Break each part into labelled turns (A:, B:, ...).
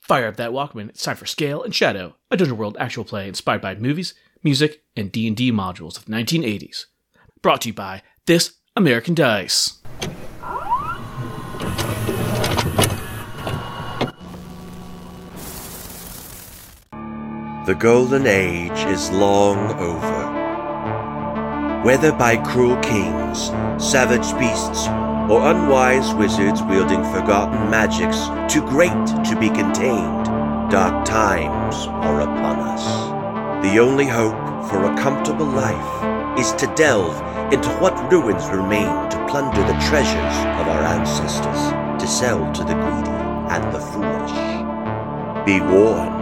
A: Fire up that Walkman. It's time for Scale and Shadow, a Dungeon World actual play inspired by movies, music, and D&D modules of the 1980s. Brought to you by This American Dice.
B: The golden age is long over. Whether by cruel kings, savage beasts, or unwise wizards wielding forgotten magics too great to be contained, dark times are upon us. The only hope for a comfortable life is to delve into what ruins remain to plunder the treasures of our ancestors, to sell to the greedy and the foolish. Be warned,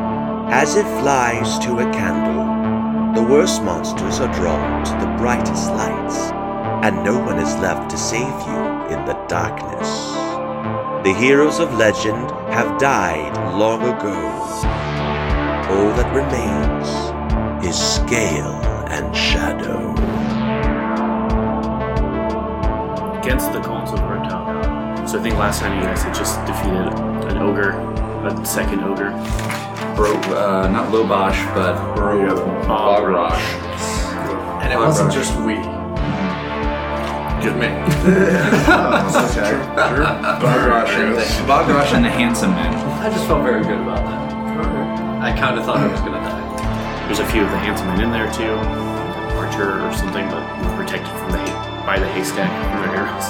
B: as it flies to a candle, the worst monsters are drawn to the brightest lights, and no one is left to save you in the darkness. The heroes of legend have died long ago. All that remains is scale and shadow.
C: against the golems of Rotown. So I think last time you guys had just defeated an ogre, a second ogre.
D: Bro, uh, not Lobosh, but Bro Bogrosh.
E: And it wasn't just we.
C: Just me.
D: Bogrosh and the Handsome Man.
E: I just felt very good about that. I kind of thought I was gonna die.
C: There's a few of the handsome men in there too, like an archer or something, but we were protected from the hay- by the haystack from their arrows.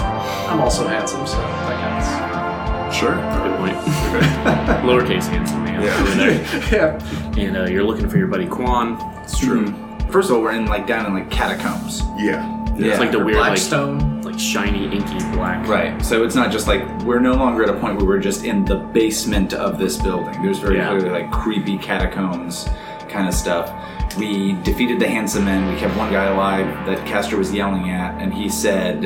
E: I'm also handsome, so that
C: Sure. Good point. Lowercase handsome man. Yeah. In there.
E: counts. yeah.
C: And uh, you're looking for your buddy Quan.
D: It's true. First of all, we're in like down in like catacombs.
F: Yeah.
D: Yeah.
C: It's like the weird like,
E: Blackstone.
C: like shiny inky black.
D: Right. So it's not just like we're no longer at a point where we're just in the basement of this building. There's very
C: Yeah.
D: clearly like creepy catacombs kind of stuff. We defeated the handsome men. We kept one guy alive that Castor was yelling at, and he said,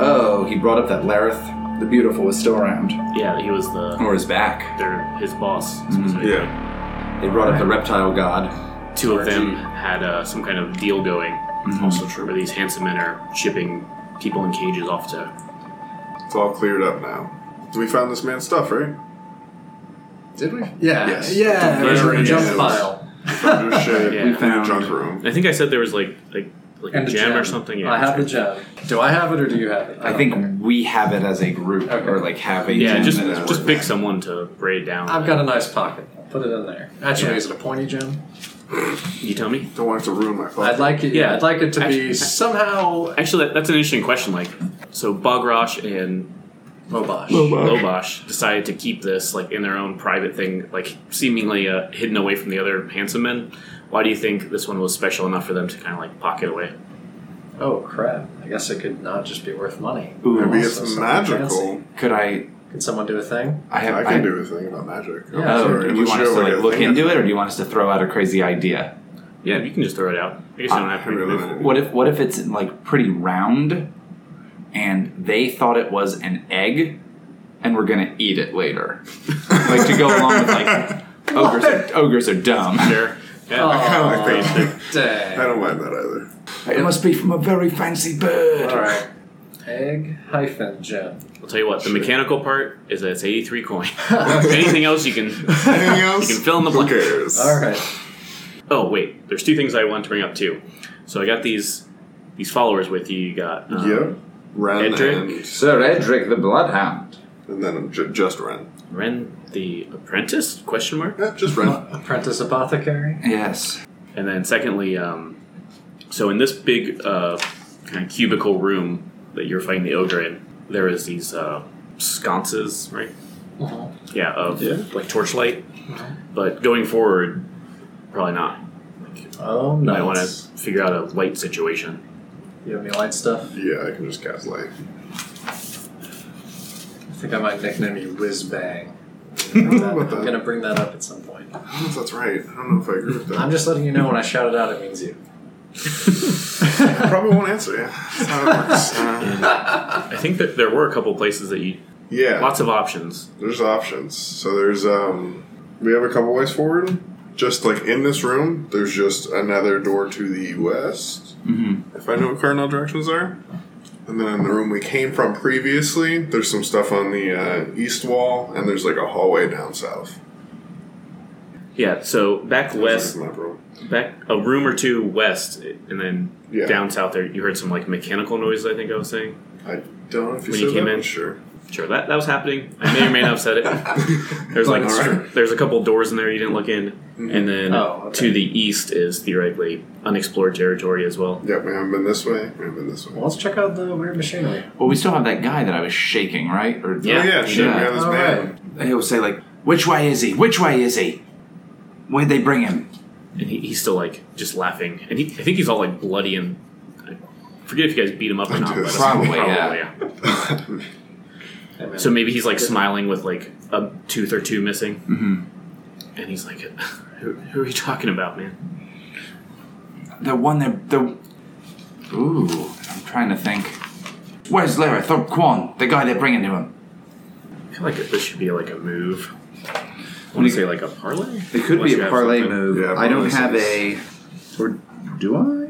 D: "Oh, he brought up that Lareth the Beautiful was still around,
C: Yeah, he was the
D: or is back."
C: their his boss. specifically.
F: Yeah.
D: They brought up the reptile god.
C: Two of them had uh, some kind of deal going. Also true. Where these handsome men are shipping people in cages off to
F: It's all cleared up now. We found this man's stuff, right?
E: Did we? Yeah.
F: Yes.
C: Yeah,
E: Yeah. it was in the
C: yeah,
E: junk
C: it was-
E: pile.
F: Found his shit
C: Yeah.
F: in the
D: Found-
F: junk room.
C: I think I said there was like like like
E: And
C: a
E: the
C: gem,
E: gem.
C: or something. Yeah,
E: I have the gem. Do I have it or do you have it?
D: I
E: don't care.
D: think we have it as a group,
E: Okay.
D: or like have a
C: Yeah,
D: gem
C: just
D: Mm-hmm. that is
C: just
D: worth
C: pick
D: it.
C: someone to braid down.
E: I've got a nice pocket. I'll put it in there. Actually,
C: Yeah.
E: is it a pointy gem?
C: You tell me.
F: Don't want it to ruin my phone.
E: I'd like it.
C: Yeah.
E: I'd like it to
C: Actually-
E: be somehow
C: Actually, that, that's an interesting question. Like, so Bogrosh and
E: Mobosh.
C: Lobosh decided to keep this like in their own private thing, like seemingly uh, hidden away from the other handsome men. Why do you think this one was special enough for them to kind of like pocket away?
E: Oh crap! I guess it could not just be worth money.
D: Ooh,
F: Maybe
E: also
F: it's
E: something
F: magical.
E: fancy.
D: Could I?
E: Can someone do a thing?
D: I have.
F: I can do a thing about magic. I'm
E: Yeah.
D: Oh, do
F: sorry,
D: you
F: unless
D: want us
F: have,
D: to
F: like,
D: like
F: a
D: look
F: thing
D: into it,
F: that-
D: or do you want us to throw out a crazy idea?
C: Yeah, you can just throw it out. I guess you don't have to.
F: I really
C: remove
F: don't
C: it.
F: know.
D: What if what if it's like pretty round, and they thought it was an egg, and we're gonna eat it later, like to go along with like ogres. Are, ogres are dumb.
C: Sure. Yeah.
E: Oh.
F: I like that. I
E: Dang.
F: don't mind that either.
D: It must be from a very fancy bird.
E: All right. Egg hyphen gem.
C: I'll tell you what. The mechanical part is that it's eighty-three coin. Anything else you can
F: Anything else?
C: you can fill in the
F: Who
C: blank.
F: cares?
E: All right.
C: Oh wait, there's two things I want to bring up too. So I got these these followers with you. You got um,
F: Yep. Ren
C: Edric?
F: and,
D: Sir Edric the Bloodhound.
F: and then j- just Ren.
C: Ren the apprentice? Question mark.
F: Yeah, just Ren.
E: Apprentice apothecary.
D: Yes.
C: And then secondly, um, so in this big uh, kind of cubicle room that you're fighting the ogre in, there is these uh, sconces, right? Yeah, of like torchlight. But going forward, probably not.
E: Oh
C: You
E: no.
C: might want to figure out a light situation.
E: You have any light stuff?
F: Yeah, I can just cast light.
E: I think I might nickname you Whiz Bang.
F: I don't know about
E: I'm
F: that.
E: gonna bring that up at some point.
F: I don't know if that's right. I don't know if I agree with that.
E: I'm just letting you know when I shout it out, it means you.
F: I probably won't answer you. That's how it works. Uh,
C: I think that there were a couple places that you
F: yeah.
C: lots of options.
F: There's options. So there's um we have a couple ways forward. Just like in this room, there's just another door to the west. Mm-hmm. If I know what cardinal directions are. And then in the room we came from previously, there's some stuff on the uh, east wall, and there's like a hallway down south.
C: Yeah, so back
F: That's
C: west,
F: my problem.
C: back a room or two west, and then
F: Yeah.
C: down south there, you heard some like mechanical noise. I think I was saying.
F: I don't know if you
C: When
F: said
C: you came
F: that,
C: in?
F: but Sure.
C: Sure, that, that was happening. I may or may not have said it. There's like
F: All right.
C: there's a couple doors in there you didn't look in,
D: Mm-hmm.
C: and then
E: Oh, okay.
C: to the east is theoretically unexplored territory as well.
F: Yeah, we haven't been this way. We haven't been this way.
E: Well, let's check out the weird machinery.
D: Well, we still have that guy that I was shaking, right? Or
C: Yeah.
F: oh, yeah, shit, we
D: Yeah.
F: have this
E: All
F: man.
E: right.
D: he'll say like, "Which way is he? Which way is he? Where'd they bring him?"
C: And he, he's still like just laughing, and he I think he's all like bloody and I forget if you guys beat him up or not. But
D: Probably, yeah.
E: Hey, man.
C: So maybe he's like smiling with like a tooth or two missing,
D: Mhm.
C: and he's like, who, "Who are you talking about, man?"
D: The one that the. Ooh, I'm trying to think. Where's Lareth or Quan? The guy they're bringing to him.
C: I feel like this should be like a move. I want to say like a parlay.
D: It could
C: Unless
D: be
C: you
D: a
C: have
D: parlay
C: something.
D: move.
F: Yeah,
D: I don't
F: parlay
D: have a. Or do I?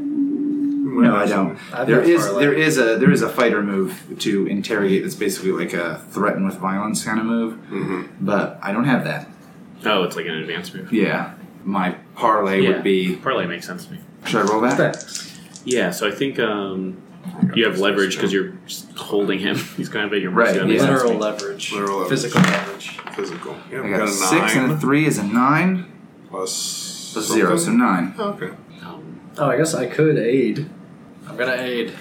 D: No, I don't.
E: I've
D: There
E: got
D: is
E: parlay.
D: there is a there is a fighter move to interrogate. It's basically like a threaten with violence kind of move. But I don't have that.
C: Oh, it's like an advanced move.
D: Yeah, my parlay
C: Yeah.
D: would be.
C: parlay makes sense to me.
D: Should I roll that?
E: Thanks.
C: Yeah, so I think um, you have leverage because you're just holding him. He's kind of at your
D: Right,
C: mercy on
D: yeah.
C: his
E: Literal
C: instinct.
E: leverage.
F: Literal leverage.
E: Physical leverage.
F: Physical. Yeah,
D: I
F: we
D: got, a
F: got a
D: six
F: nine
D: and a three is a nine
F: plus
D: plus zero, so
F: something.
D: nine.
F: Oh, okay.
C: Um,
E: Oh, I guess I could aid. I'm gonna aid.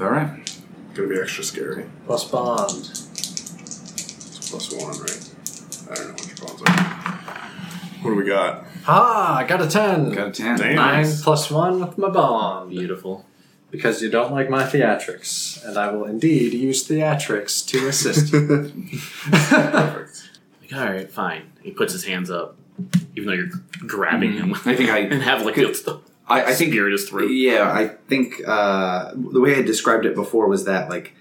D: All right.
F: Gonna be extra scary.
E: Plus bond.
F: It's plus one, right? I don't know what your bonds are. What do we got?
E: Ah, I got a 10.
D: Got a ten.
F: Damn.
E: Nine
F: Nice.
E: plus one with my bond.
C: beautiful.
E: Because you don't like my theatrics, and I will indeed use theatrics to assist you.
F: Perfect.
C: Like, all right, fine. He puts his hands up, even though you're grabbing him.
D: Mm-hmm. I think
C: and
D: I.
C: have like
D: Good.
C: the
D: I, I think
C: spear in his throat.
D: Yeah, I think uh, the way I described it before was that like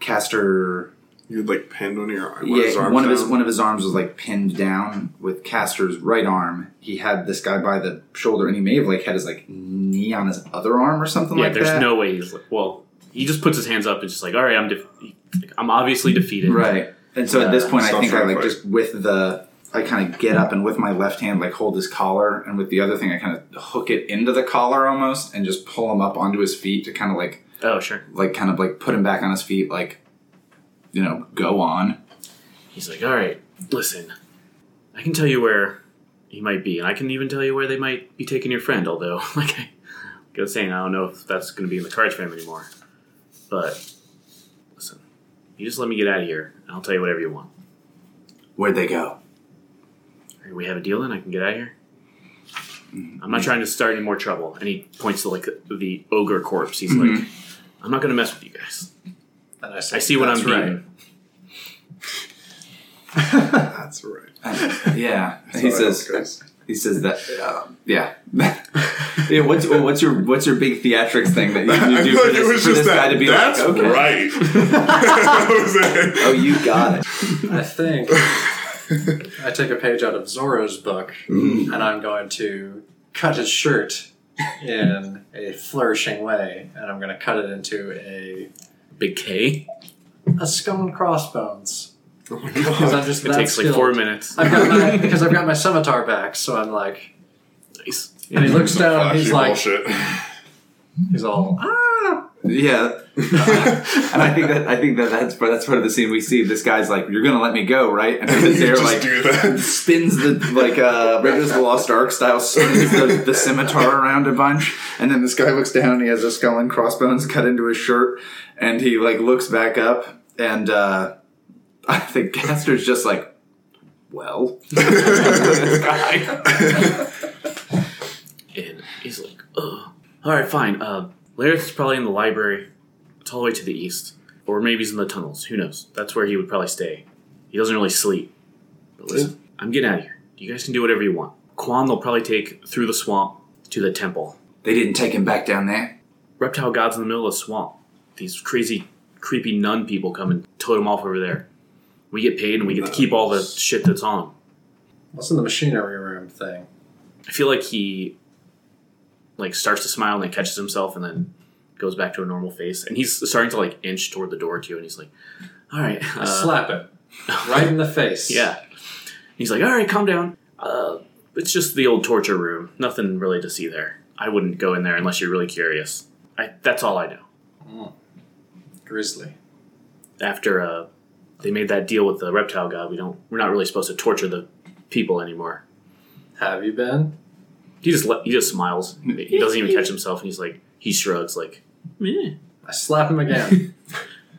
D: Castor,
F: You had like pinned one of your one of his
D: yeah,
F: arms
D: one of his
F: down?
D: one of his arms was like pinned down with Castor's right arm. He had this guy by the shoulder, and he may have like had his like knee on his other arm or something
C: yeah,
D: like
C: there's
D: that.
C: no way he's like. Well, he just puts his hands up and just like, all right, I'm def- like, I'm obviously defeated.
D: right. And so at this point, I
F: Stop
D: think I
F: trying to
D: like
F: fight.
D: just with the I kind of get up and with my left hand like hold his collar, and with the other thing I kind of hook it into the collar almost, and just pull him up onto his feet to kind of like
C: Oh, sure.
D: like kind of like put him back on his feet, like you know, go on.
C: He's like, all right, listen, I can tell you where he might be, and I can even tell you where they might be taking your friend. Although, like I, like I was saying, I don't know if that's going to be in the cards for him anymore. But listen, you just let me get out of here, and I'll tell you whatever you want.
D: Where'd they go?
C: All right, we have a deal, and I can get out of here.
E: Mm-hmm.
C: I'm not trying to start any more trouble. And he points to like the ogre corpse. He's
E: Mm-hmm.
C: like, I'm not going to mess with you guys.
E: And I, say,
C: I see what I'm
E: "That's
C: doing.
E: right.
F: That's right.
D: yeah,
F: That's
D: he
F: all I know,
D: says.
F: guys.
D: He says that. Uh, yeah. yeah. What's well, what's your what's your big theatrics thing that you,
F: I
D: you do
F: feel
D: for
F: like
D: this,
F: it was
D: for
F: just
D: this guy
F: that.
D: to be
F: That's
D: like, okay.
F: right. That was it.
D: Oh, you got it.
E: I think I take a page out of Zorro's book, and I'm going to cut his shirt in a flourishing way, and I'm going to cut it into a
C: Big K.
E: a skull and crossbones
F: Oh my
E: because
F: god.
E: I'm just
C: It
E: that
C: takes like
E: skilled.
C: four minutes.
E: I've got my, because I've got my scimitar back, so I'm like,
C: Nice.
E: and he looks
F: Some
E: down, and he's
F: flashy
E: like,
F: bullshit.
E: he's all, ah,
D: Yeah. and I think that I think that that's part, that's part of the scene we see. This guy's like, "You're gonna let me go, right?" And
F: You
D: he's there
F: just
D: like.
F: do that.
D: Spins the like uh Raiders of the Lost Ark style spins the, the scimitar around a bunch, and then this guy looks down and he has a skull and crossbones cut into his shirt, and he like looks back up, and uh I think Caster's just like, well, this guy.
C: And he's like, Ugh. all right, fine. Uh, Lareth's probably in the library. It's all the way to the east. Or maybe he's in the tunnels. Who knows? That's where he would probably stay. He doesn't really sleep. But listen, I'm getting out of here. You guys can do whatever you want. Quan, they'll probably take through the swamp to the temple.
D: They didn't take him back down there.
C: Reptile gods in the middle of the swamp. These crazy, creepy nun people come and tote him off over there. We get paid and we get to keep all the shit that's on him.
E: what's in the machinery room thing?
C: I feel like he like starts to smile and then catches himself and then goes back to a normal face. And he's starting to like inch toward the door too. And he's like, "All right,
E: I
C: uh,
E: slap it right in the face.
C: yeah." He's like, "All right, calm down. Uh, It's just the old torture room. Nothing really to see there. I wouldn't go in there unless you're really curious. I, that's all I know.
E: Grizzly.
C: After uh, they made that deal with the reptile god, we don't. We're not really supposed to torture the people anymore.
E: Have you been?
C: He just le- he just smiles. He doesn't even catch himself, and he's like he shrugs like, "Meh."
E: I slap him again.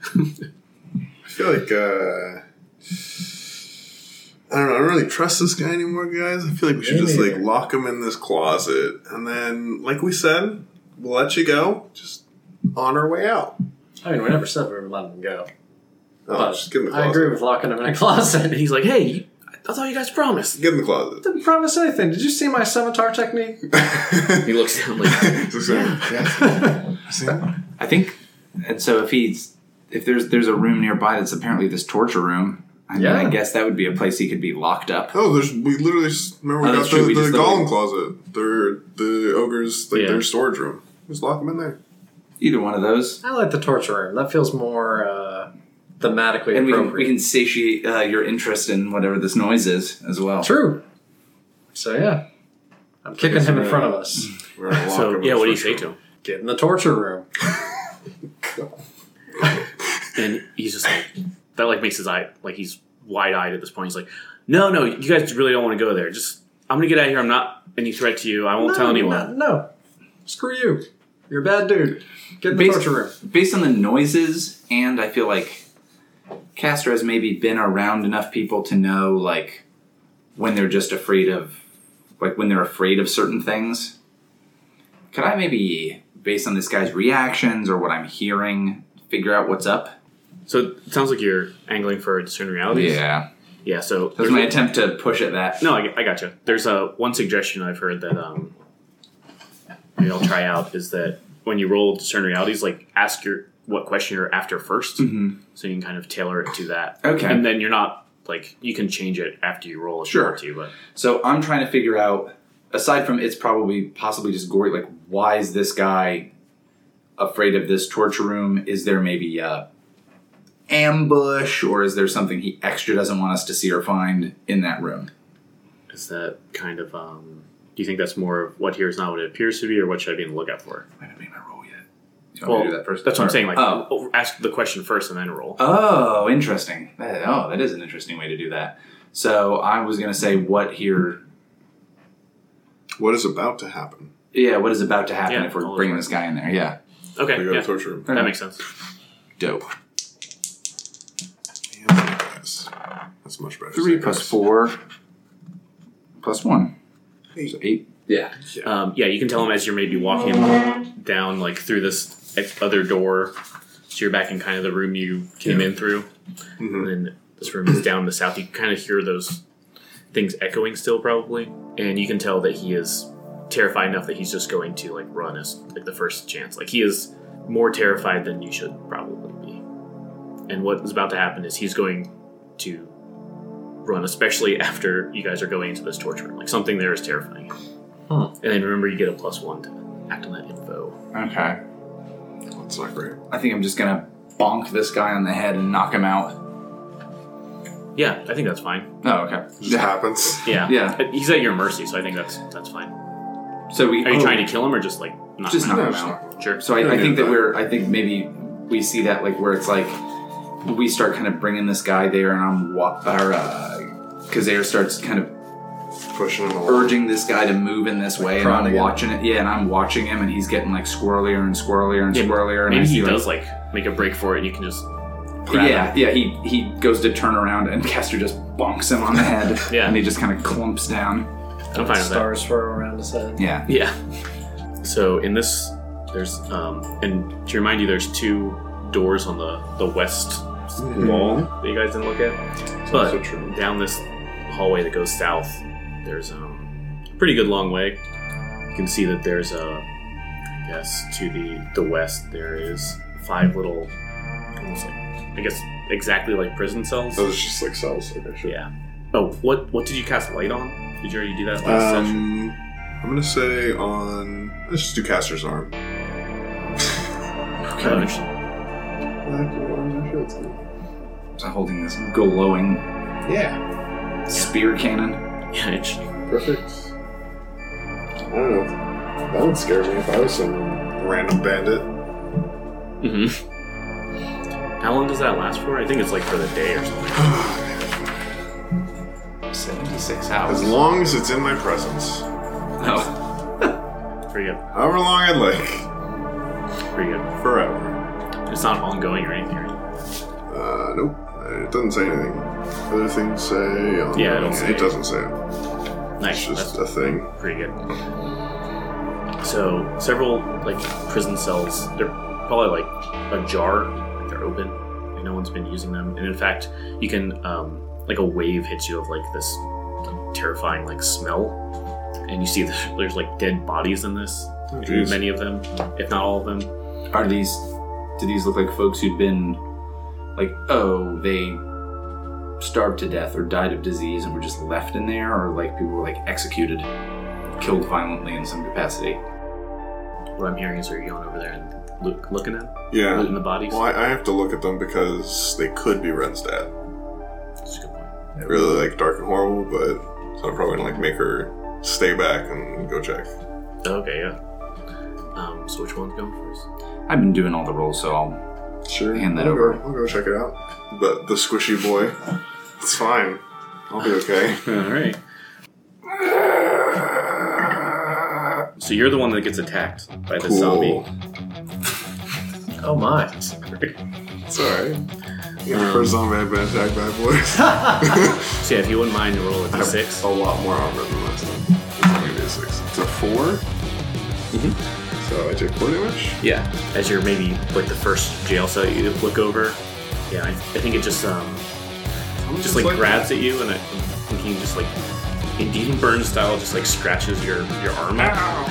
F: I feel like uh, I don't know. I don't really trust this guy anymore, guys. I feel like we should
E: Me
F: just like
E: neither.
F: lock him in this closet, and then, like we said, we'll let you go. Just on our way out.
E: I mean, we never said we were letting him go.
F: Oh,
E: but
F: just get in the closet.
E: I agree with locking him in a closet.
C: And he's like, "Hey, you- I thought you guys promised."
F: Get in the closet.
E: didn't promise anything. Did you see my scimitar technique?
C: He looks down like,
F: Just like, yeah. See?
D: I think, and so if he's if there's there's a room nearby that's apparently this torture room. I mean, I
E: Yeah.
D: guess that would be a place he could be locked up.
F: Oh, there's we literally just remember we
D: Oh,
F: got
D: that's true, we
F: the,
D: just
F: the
D: literally-
F: golem closet. Their the ogres like
C: Yeah.
F: their storage room. Just lock them in there.
D: Either one of those,
E: I like the torture room. That feels more uh, thematically
D: and we can,
E: appropriate.
D: we can satiate uh, your interest in whatever this noise is as well.
E: True. So yeah, I'm kicking him in front of us.
F: We're gonna lock
C: "So
F: him in
C: yeah,
F: the
C: what do you
F: storage
C: say
F: room.
C: to him?"
E: Get in the torture room.
C: And he's just like, that like makes his eye like he's wide eyed at this point. He's like, "No, no, you guys really don't want to go there. Just I'm gonna get out of here. I'm not any threat to you. I won't tell anyone."
E: No, no. screw you. You're a bad dude. Get in the
D: Basi-
E: torture room.
D: based on the noises, and I feel like Castor has maybe been around enough people to know like when they're just afraid of, like when they're afraid of certain things. Could I maybe, based on this guy's reactions or what I'm hearing, figure out what's up?
C: So it sounds like you're angling for discern realities.
D: Yeah,
C: Yeah. So
D: that's my attempt to push at that.
C: No, I, I gotcha. There's a one suggestion I've heard that um, maybe I'll try out is that when you roll discern realities, like ask your what question you're after 1st so you can kind of tailor it to that.
D: Mm-hmm. Okay.
C: and then you're not like you can change it after you roll if you
D: Sure.
C: want to, but
D: So I'm trying to figure out, aside from it's probably possibly just gory, like why is this guy afraid of this torture room? Is there maybe a ambush or is there something he extra doesn't want us to see or find in that room?
C: is that kind of um, do you think that's more of what here is not what it appears to be, or what should I be on the lookout for?
D: I haven't made my roll yet. You want me to do that first?
C: that's what I'm saying. Like,
D: Oh.
C: oh, ask the question first and then roll.
D: Oh, interesting. That- oh, that is an interesting way to do that. So I was going to say what here,
F: What is about to happen?
D: yeah, what is about to happen
C: Yeah,
D: if
C: all
D: we're
C: is
D: bringing
C: right.
D: this guy in there. Yeah,
C: Okay,
F: We go
C: yeah,
F: to torture room.
C: that makes sense.
D: dope.
F: Yeah, guys. That's much better.
D: Three plus four plus one. So eight. Yeah.
C: Um, yeah, you can tell him as you're maybe walking down, like through this ex- other door. So you're back in kind of the room you came in through, and then this room is down the south. You can kind of hear those things echoing still, probably, and you can tell that he is terrified enough that he's just going to like run as like the first chance. Like he is more terrified than you should probably be. And what is about to happen is he's going to run, especially after you guys are going into this torture room. Like something there is terrifying. And then remember, you get a plus one to act on that info.
D: Okay.
F: That's not great.
D: I think I'm just gonna bonk this guy on the head and knock him out.
C: Yeah, I think that's fine.
D: Oh, okay.
F: It just happens.
C: Yeah,
D: Yeah.
C: He's at your mercy, so I think that's that's fine.
D: So we
C: Are you
D: oh,
C: trying to kill him or just like not?
D: just knock
F: No,
D: him
F: just knock
D: out?
C: Sure.
D: So I, I
F: Yeah,
D: think
F: yeah.
D: that we're. I think maybe we see that like where it's like we start kind of bringing this guy there, and I'm wa- or uh, Kazair starts kind of
F: Pushing him along.
D: urging this guy to move in this way, and
E: prodding
D: I'm
E: him.
D: watching it. Yeah, and I'm watching him, and he's getting like squirrelier and squirrelier and
C: Yeah,
D: squirrelier. And I
C: Maybe
D: see,
C: he
D: like,
C: does like make a break for it. and You can just grab
D: Yeah,
C: him.
D: yeah. He he goes to turn around, and Kester just bonks him on the head.
C: Yeah.
D: and he just kind of clumps down.
C: I'm fine with that.
E: Stars swirl around his head.
D: Yeah,
C: Yeah. So in this, there's um, and to remind you, there's two doors on the the west
D: Mm-hmm.
C: wall that you guys didn't look at. But
F: also true.
C: down this hallway that goes south, there's um, a pretty good long way. You can see that there's a, I guess to the the west there is five little, almost like I guess exactly like prison cells.
F: That was just like cells. Okay, Oh, sure.
C: Yeah. Oh, what what did you cast light on? Did you already do that last session?
F: Um, I'm gonna say on. Let's just do Caster's arm.
C: Oh, interesting.
D: so holding this glowing
F: Yeah.
D: spear cannon.
C: Yeah, interesting.
F: Perfect. I don't know. That would scare me if I was some random bandit.
C: hmm How long does that last for? I think it's like for the day or something.
D: 76 hours.
F: As long as it's in my presence.
D: Oh.
C: Pretty good.
F: However long I like.
C: Pretty good.
F: Forever.
C: It's not ongoing or anything. Right?
F: Uh, nope. It doesn't say anything. Other things say. on-
C: Yeah, it'll say.
F: it doesn't say it. It's
C: Nice.
F: just
C: That's
F: a thing.
C: pretty good. So several like prison cells. They're probably like ajar. Like they're open. Like, no one's been using them. And in fact, you can um, like a wave hits you of like this terrifying like smell, and you see that there's like dead bodies in this.
F: geez.
C: many of them, if not all of them.
D: Are these. Do these look like folks who'd been. Like, oh, they starved to death or died of disease and were just left in there? Or like people were like executed, killed violently in some capacity?
C: What I'm hearing is they're going over there and look, looking at them,
F: Yeah.
C: looting the bodies.
F: Well, I, I have to look at them because they could be Renstad.
C: That's a good point.
F: I really like Dark and Horrible, but so I'm probably gonna like make her stay back and go check.
C: Okay, yeah. Um, so which one's going first?
D: I've been doing all the rolls, so I'll.
F: Sure.
D: Hand that
F: I'll
D: over.
F: Go, I'll go check it out. The the squishy boy. It's fine. I'll be okay.
C: All right. So you're the one that gets attacked by the zombie.
F: cool.
E: Oh my.
F: It's alright. You're the first zombie I've been attacked by boys.
C: So yeah, if you wouldn't mind, roll a
F: I have
C: d6.
F: A lot more armor than last time. It's only gonna be a six. It's a 4 Mm-hmm. So I take four damage.
C: Yeah. As you're maybe like the first jail cell, you look over. Yeah, I, I think it just um just like, grabs at you, and I, I'm thinking just like Indian burn style, just like scratches your your arm. out.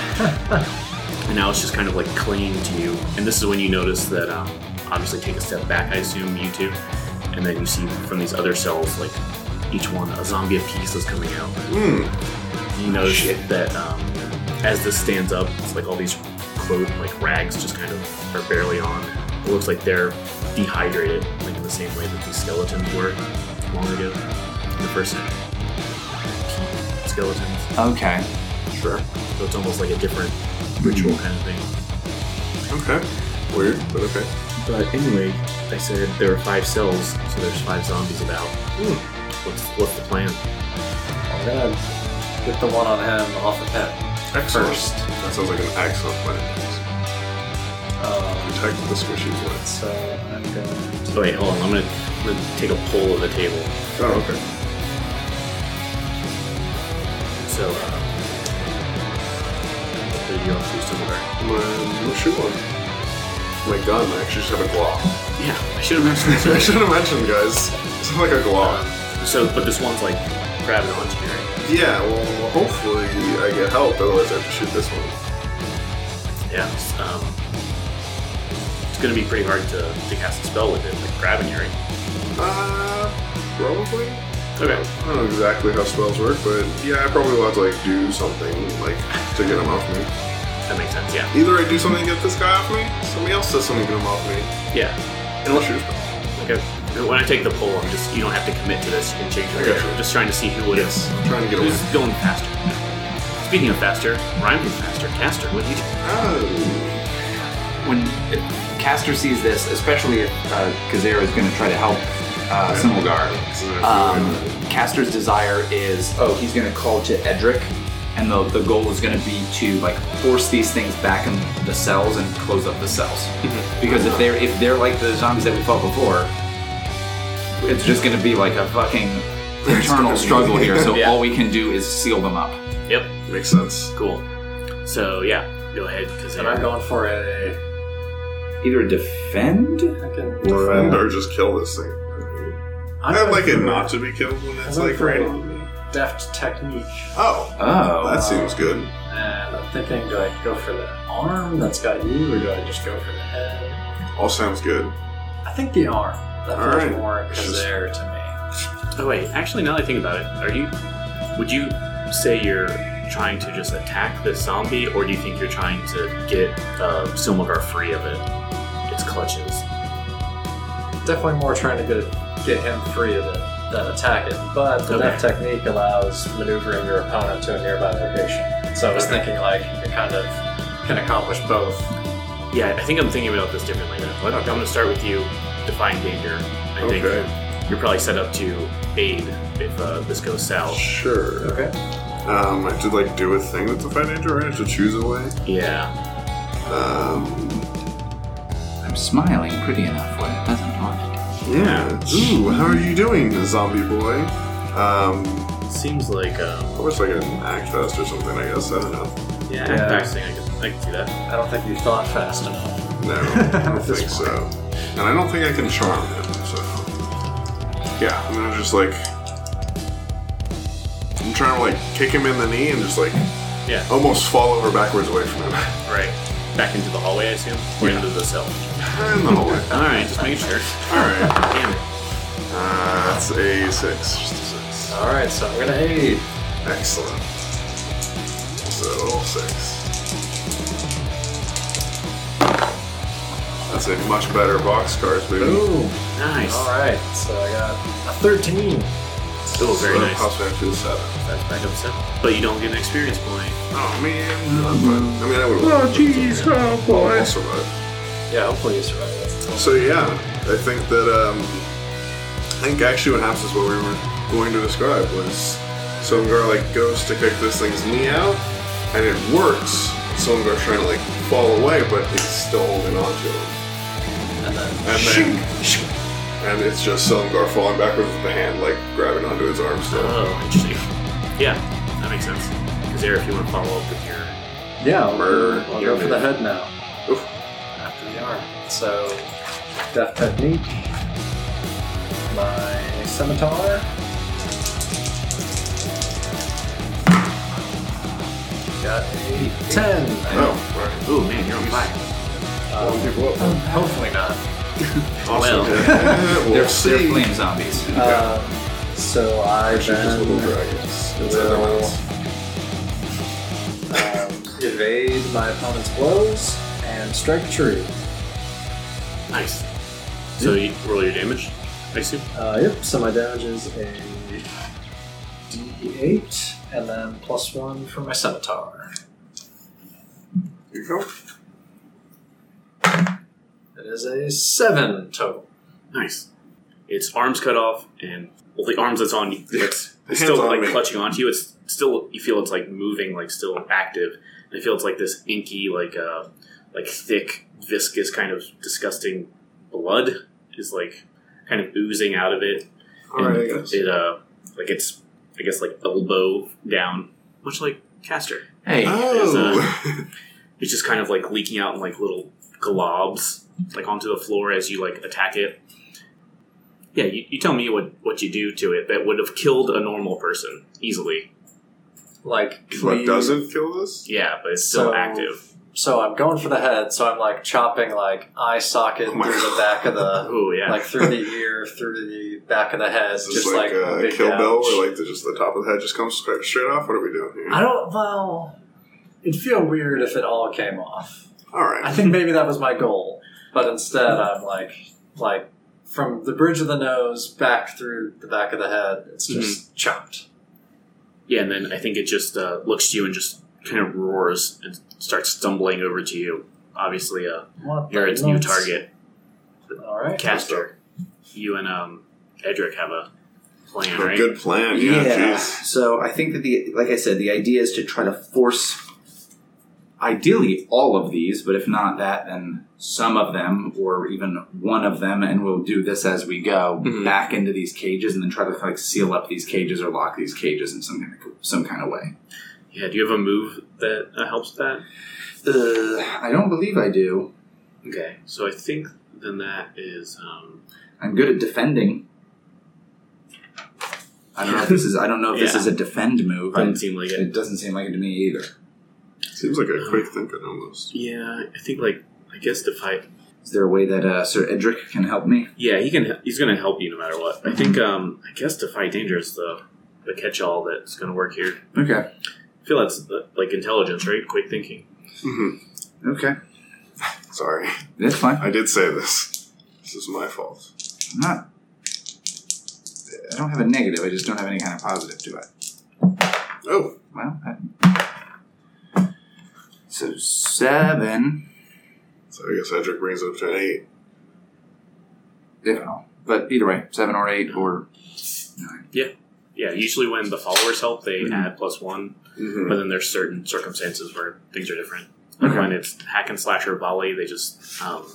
C: and now it's just kind of like clinging to you. And this is when you notice that, um, obviously, take a step back, I assume, you two. And then you see from these other cells, like each one, a zombie apiece is coming out. You notice that um, as this stands up, it's like all these clothes, like rags, just kind of are barely on. It looks like they're dehydrated, like in the same way that these skeletons were long ago. The first skeletons.
D: Okay.
C: Sure. So it's almost like a different ritual kind of thing.
F: Hmm. Okay. Weird, but okay.
C: But anyway, I said there were five cells, so there's five zombies about.
F: Hmm.
C: What's what's the plan?
E: I'm gonna get the one on him off of him
F: Excellent.
E: first.
F: That sounds like an excellent plan.
E: Um,
F: Protect the squishy boy.
E: so I'm gonna.
C: Oh, wait, hold on. I'm gonna, I'm gonna take a poll of the table.
F: Oh, okay.
C: So, uh, did you all choose to order?
F: I'm gonna, i shoot one. My gun, I actually just have a Glock.
C: Yeah, I should have mentioned
F: I should have mentioned, guys. It's like a Glock.
C: this. Um, so, but this one's like grabbing onto you. Right?
F: Yeah, well, hopefully I get help, otherwise I have to shoot this one.
C: Yeah. it's, Um, it's gonna be pretty hard to, to cast a spell with it, like grabbing you. Right?
F: Uh, probably?
C: Okay.
F: I don't know exactly how spells work, but yeah, I probably will have to, like, do something, like, to get him off me.
C: That makes sense. Yeah.
F: Either I do something to get this guy off me, somebody else does something to get him off me,
C: Yeah.
F: and I'll shoot his spell.
C: Okay. When I take the poll, I'm just you don't have to commit to this. You can change
F: Okay.
C: it. I'm just trying to see who it is.
F: I'm trying to get
C: Who's
F: away.
C: going faster? Speaking of faster, rhyming faster, caster. What do you do?
F: Oh.
D: when Castor sees this, especially if uh, Kazera is going to try to help uh, Similgar, um, Castor's desire is oh, he's going to call to Edric, and the, the goal is going to be to like force these things back in the cells and close up the cells. Because if they're if they're like the zombies that we fought before, it's just going to be like a fucking
F: gonna
D: internal
F: be-
D: struggle here. So
C: Yeah.
D: all we can do is seal them up.
C: Yep.
F: Makes sense.
C: Cool. So yeah, go ahead. Cause
E: And I'm going for a.
D: Either defend.
E: I can.
F: Defend or just kill this thing.
E: I'm
F: I'd like it
E: going
F: not to be killed when it's,
E: I'm
F: like,
E: going for
F: raining.
E: Deft technique. Um,
F: Oh,
D: Oh,
F: that seems good.
E: And I'm thinking, do I go for the arm that's got you, or do I just go for the head?
F: All sounds good.
E: I think the arm. That
F: All
E: feels
F: right.
E: more
F: It's just-
E: Kazair to
C: Oh wait, actually, now that I think about it, are you? Would you say you're trying to just attack this zombie, or do you think you're trying to get uh, Silmagar free of it? Its clutches.
E: me. Definitely more trying to get get him free of it. then attack it. But the
C: Okay.
E: left technique allows maneuvering your opponent to a nearby location. So I was thinking like you kind of can accomplish both.
C: Yeah, I think I'm thinking about this differently. Now. I'm, I'm going to start with you, define danger. I
F: Okay.
C: think you're probably set up to aid if uh, this goes south.
F: Sure.
E: Okay.
F: Um, I have to like do a thing that's a fight danger, right? I have to choose a way.
C: Yeah.
F: Um,
D: I'm smiling pretty enough when it doesn't hurt.
F: yeah. Ooh, how are you doing, zombie boy? Um,
C: Seems like um,
F: I wish I could act fast or something. I guess I don't know.
C: yeah.
E: Yeah.
C: Practicing, I can, I can see that.
E: I don't think you thought fast enough.
F: No, I don't think so. And I don't think I can charm him, so. Yeah, I'm gonna just like. I'm trying to like kick him in the knee and just like
C: Yeah.
F: almost fall over backwards away from him.
C: Right. Back into the hallway, I assume, or
F: Yeah.
C: into the cell.
F: in the hallway.
C: All right, just making sure.
F: Alright.
C: Damn it.
F: Uh, that's a six. Just a six.
E: All right, so I'm gonna aid.
F: Excellent. So, six. That's a much better box cars, baby.
E: Boom.
C: Nice.
E: All right, so I got a 13.
C: Still Oh, very
F: So it
C: nice.
F: Pops back to the seven.
C: That's back up to seven. But you don't get an experience point.
F: Oh man, I'm fine. I mean, I would. Oh jeez, oh boy. I survived.
E: Yeah, hopefully you survive this.
F: So yeah, I think that um, I think actually what happens is what we were going to describe was Solengar like goes to kick this thing's knee out, and it works. Solengar's trying to like fall away, but it's still holding on to him.
E: And then
F: And then, and it's just Solengar falling backwards with the hand like grabbing onto his arm still.
E: Uh-huh.
C: Oh, interesting. Yeah, that makes sense. Because if you want to follow up with your
E: yeah, I'll,
F: Brr,
E: I'll
F: you're
E: go for the
F: me.
E: head now.
F: Oof.
E: After the arm. So death technique. My scimitar. Got a 10.
F: Oh, right.
C: oh man, you're on fire.
F: Blowing people up.
E: Um, Hopefully not.
F: Awesome.
C: well.
F: Yeah, we'll
D: They're,
F: see.
D: they're flame zombies.
E: Um, so I
F: Shoot those little
E: then
F: dragons.
E: will-
F: It's other ones.
E: um, evade my opponent's blows and strike true.
C: Nice. So you roll your damage, I assume.
E: Uh, yep, so my damage is a d8 and then plus one for my scimitar.
F: Here you go.
E: It is a 7 total.
C: Nice. Its arms cut off, and well, the arms that's on you, it's, it's
F: Hands
C: still
F: on
C: like
F: me.
C: clutching onto you. It's still you feel it's like moving, like still active. And I feel it's like this inky, like uh, like thick, viscous kind of disgusting blood is like kind of oozing out of it.
F: All right, I
C: And
F: guess.
C: It uh, like it's I guess like elbow down, much like Caster.
D: Hey,
E: uh,
F: Oh,
C: It's just kind of like leaking out in like little globs, like onto the floor as you like attack it. Yeah, you, you tell me what what you do to it that would have killed a normal person easily.
E: Like,
F: what
E: cleave-
F: doesn't kill this?
C: Yeah, but it's still
E: So-
C: active.
E: So I'm going for the head, so I'm like chopping like eye socket
F: Oh my
E: through
F: God.
E: the back of the.
C: Oh yeah,
E: uh, Like through the ear, through the back of the head,
F: Is this
E: just
F: like,
E: like, a
F: uh,
E: big
F: Kill Bill,
E: gouge.
F: where like the, just the top of the head just comes straight, straight off? What are we doing here?
E: I don't. Well, it'd feel weird if it all came off.
F: All
E: I
F: right.
E: think maybe that was my goal, but instead I'm like, like from the bridge of the nose back through the back of the head. It's
C: Mm-hmm.
E: just chopped.
C: yeah, and then I think it just uh, looks to you and just kind of roars and starts stumbling over to you. Obviously, uh,
E: What
C: you're
E: the
C: its new
E: nuts?
C: target,
E: All right.
C: Caster. You and um, Edric have a plan,
F: A
C: right?
F: good plan. Yeah. Jeez.
D: So I think that the like I said, the idea is to try to force ideally all of these, but if not that, then some of them or even one of them, and we'll do this as we go
F: Mm-hmm.
C: Mhm.
D: back into these cages and then try to like seal up these cages or lock these cages in some kind of some kind of way.
C: Yeah. Do you have a move that uh, helps that?
D: Uh, I don't believe I do.
C: Okay, so I think then that is um,
D: I'm good at defending. I don't know if this is I don't know if this
C: Yeah.
D: is a defend move.
C: doesn't
D: I'm-
C: seem like it.
D: it doesn't seem like it to me either.
F: Seems like a quick thinking almost.
C: Yeah, I think like I guess if I
D: Is there a way that uh, Sir Edric can help me?
C: yeah he can he's gonna help you no matter what. I think um I guess defy danger is the the catch all that's gonna work here.
D: Okay.
C: I feel that's uh, like intelligence, right? Quick thinking.
F: hmm
D: Okay.
F: Sorry,
D: That's fine.
F: I did say this. This is my fault.
D: I'm not. I don't have a negative. I just don't have any kind of positive to it.
F: Oh,
D: Well, that- so seven,
F: so I guess that trick brings it up to an eight.
D: if at all. But either way, seven or eight or nine.
C: Yeah, usually when the followers help, they
D: Mhm.
C: add plus one,
F: Mm-hmm.
C: but then there's certain circumstances where things are different. Like
D: Okay.
C: when it's hack and slash or volley, they just um,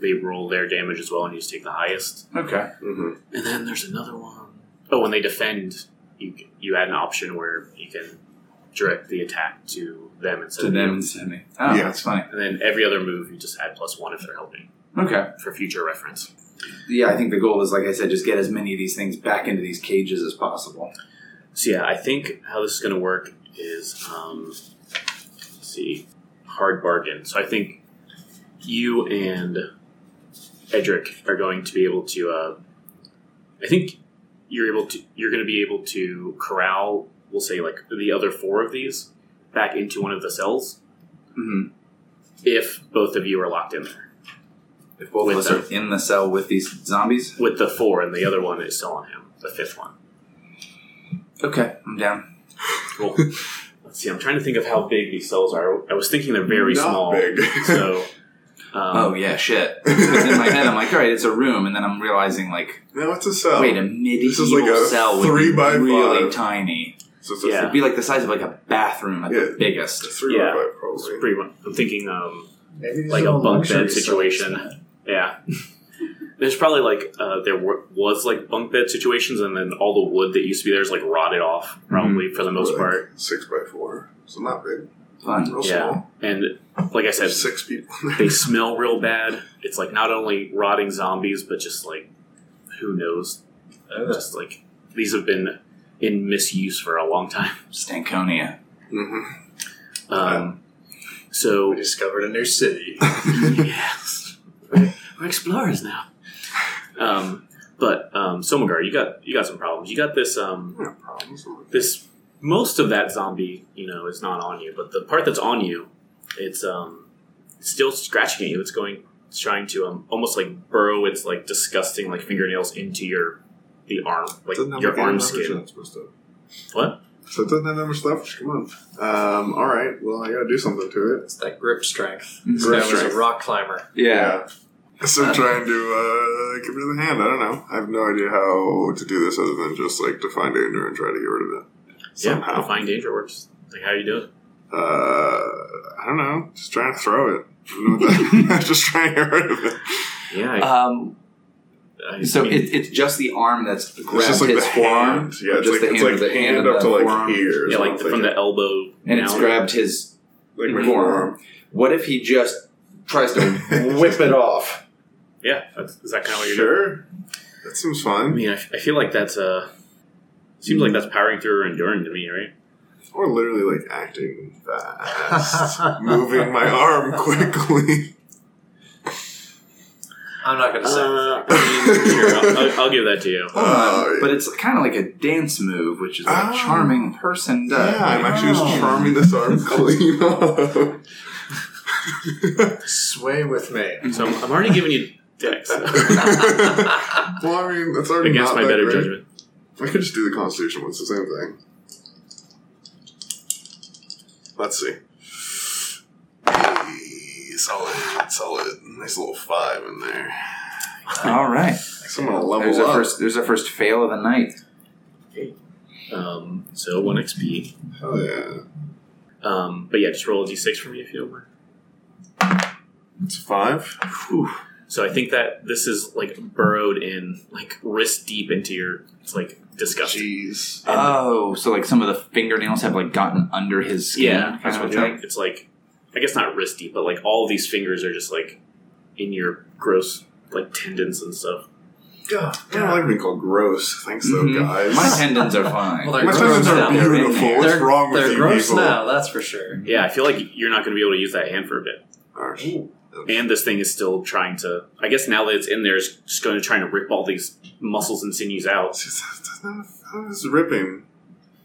C: they roll their damage as well, and you just take the highest.
D: Okay.
F: Mm-hmm.
C: And then there's another one. Oh, when they defend, you you add an option where you can direct the attack to them instead
D: To
C: of
D: them
C: you.
D: and to me. Oh,
F: Yeah.
D: that's funny.
C: And then every other move, you just add plus one if they're helping
D: Okay.
C: for future reference.
D: Yeah, I think the goal is, like I said, just get as many of these things back into these cages as possible.
C: So yeah, I think how this is going to work is, um, let's see, hard bargain. So I think you and Edric are going to be able to. Uh, I think you're able to. You're going to be able to corral. We'll say like the other four of these back into one of the cells
D: hmm
C: if both of you are locked in there
D: If both
C: With
D: of us are in the cell with these zombies,
C: with the four, and the other one is still on him, the fifth one.
D: okay, I'm down.
C: Cool. Let's see. I'm trying to think of how big these cells are. I was thinking they're very
F: Not
C: small.
F: big.
C: so, um,
D: oh yeah, shit. Because in my head, I'm like, all right, it's a room, and then I'm realizing, like,
F: Now it's a cell.
D: wait, a medieval
F: Oh, This is like a
D: cell would
F: three
D: be
F: by
D: really
F: five.
D: tiny.
F: So it's a
C: Yeah.
D: It'd be like the size of like a bathroom at
F: Yeah.
D: the biggest.
F: three
C: Yeah.
F: by five
C: it's
F: probably.
C: pretty much. I'm thinking, um,
E: Maybe these
C: Like
E: are
C: a
E: all
C: bunk bed
E: luxury cells.
C: situation. yeah. There's probably like uh, there were, was like bunk bed situations, and then all the wood that used to be there is like rotted off, probably for the most
F: Like
C: part.
F: Six by four. So not big.
D: Fun.
F: Real
C: Yeah,
F: small.
C: and like I said,
F: There's six people in
C: they
F: there.
C: smell real bad. It's like not only rotting zombies, but just like who knows?
E: Oh,
C: Just like these have been in misuse for a long time.
D: Stankonia.
F: Mm-hmm.
C: Um, so
E: We discovered a new city.
C: yes, we're, we're explorers now. Um, but um, Somagar, you got you got some problems. You got this um,
F: No problems. I'm like,
C: this most of that zombie, you know, is not on you, but the part that's on you, it's um, still scratching at you. It's going, it's trying to um, almost like burrow its like disgusting like fingernails into your the arm, like
F: doesn't have
C: your
F: like
C: arm
F: any leverage,
C: skin.
F: that's messed up.
C: What?
F: So it doesn't have that much left. Come on. Um, all right. Well, I gotta do something to it.
E: It's that grip strength.
C: Mm-hmm.
D: Mhm.
E: This
F: Grip
E: guy was
F: strength.
E: a rock climber.
F: So I'm trying to uh, get rid of the hand. I don't know. I have no idea how to do this other than just like to find Andrew and try to get rid of it.
C: Yeah,
F: Somehow.
C: define danger works. Like how you do it.
F: Uh, I don't know. Just trying to throw it. I don't know what that- just trying to get rid of it.
C: Yeah. I,
D: Um,
C: I
D: so
C: mean,
D: it, it's just the arm that's grabbed
F: It's just like
D: his
F: the
D: forearm.
F: hand. Yeah,
D: or
F: it's
D: just the
F: like it's
D: hand,
F: like
D: the hand,
F: hand
D: of
F: up
D: the
F: to like
D: forearm.
F: here. is
C: yeah,
F: what
C: like
F: I'm
C: the, from the
F: thinking.
C: elbow
D: and it's
C: down.
D: grabbed his
F: like my
D: Mhm.
F: forearm.
D: What if he just tries to whip it off?
C: Yeah, that's, is that kind of what you're doing?
F: Sure. That seems
C: I
F: fine.
C: mean, I, I feel like that's uh, seems like that's powering through or enduring to me, right?
F: Or literally like acting fast, moving my arm quickly.
E: I'm not going to say.
C: Uh, I mean, sure, I'll, I'll, I'll give that to you.
F: Uh,
D: but it's kind of like a dance move, which is what
F: Oh.
D: a charming person does. Oh.
F: yeah, I'm actually just charming this arm clean up.
E: Sway with me.
C: Mm-hmm. So I'm, I'm already giving you decks
F: well, I mean, that's already
C: against my
F: not that
C: better
F: great.
C: judgment.
F: I could just do the Constitution one. It's the same thing. Let's see. Hey, solid, solid. Nice little five in there.
D: All right.
F: So I'm gonna level
D: There's our
F: up.
D: first. There's our first fail of the night.
C: Um, so one XP.
F: Hell yeah,
C: Um, but yeah, just roll a d6 for me if you don't mind.
F: it's a five.
C: Whew. So I think that this is like burrowed in, like wrist deep into your. It's like disgusting.
F: Jeez.
D: Oh, so like some of the fingernails have like gotten under his skin.
C: Yeah,
D: kind
C: that's
D: of
C: what
D: a
C: I'm
D: thing.
C: It's like, I guess not wrist deep, but like all these fingers are just like in your gross like tendons and stuff.
E: God,
F: I don't like being called gross. Thanks, though,
C: Mm-hmm.
D: Mhm.
F: guys.
D: My tendons are fine.
E: Well,
F: My tendons are
E: They're in
F: beautiful.
D: there.
F: What's
E: they're
F: wrong with
E: they're
F: you
E: gross
F: people?
E: now, that's for sure.
C: Yeah, I feel like you're not going to be able to use that hand for a bit.
F: Gosh.
C: and this thing is still trying to i guess now that it's in there it's just going to try to rip all these muscles and sinews out
F: It's just- It's ripping.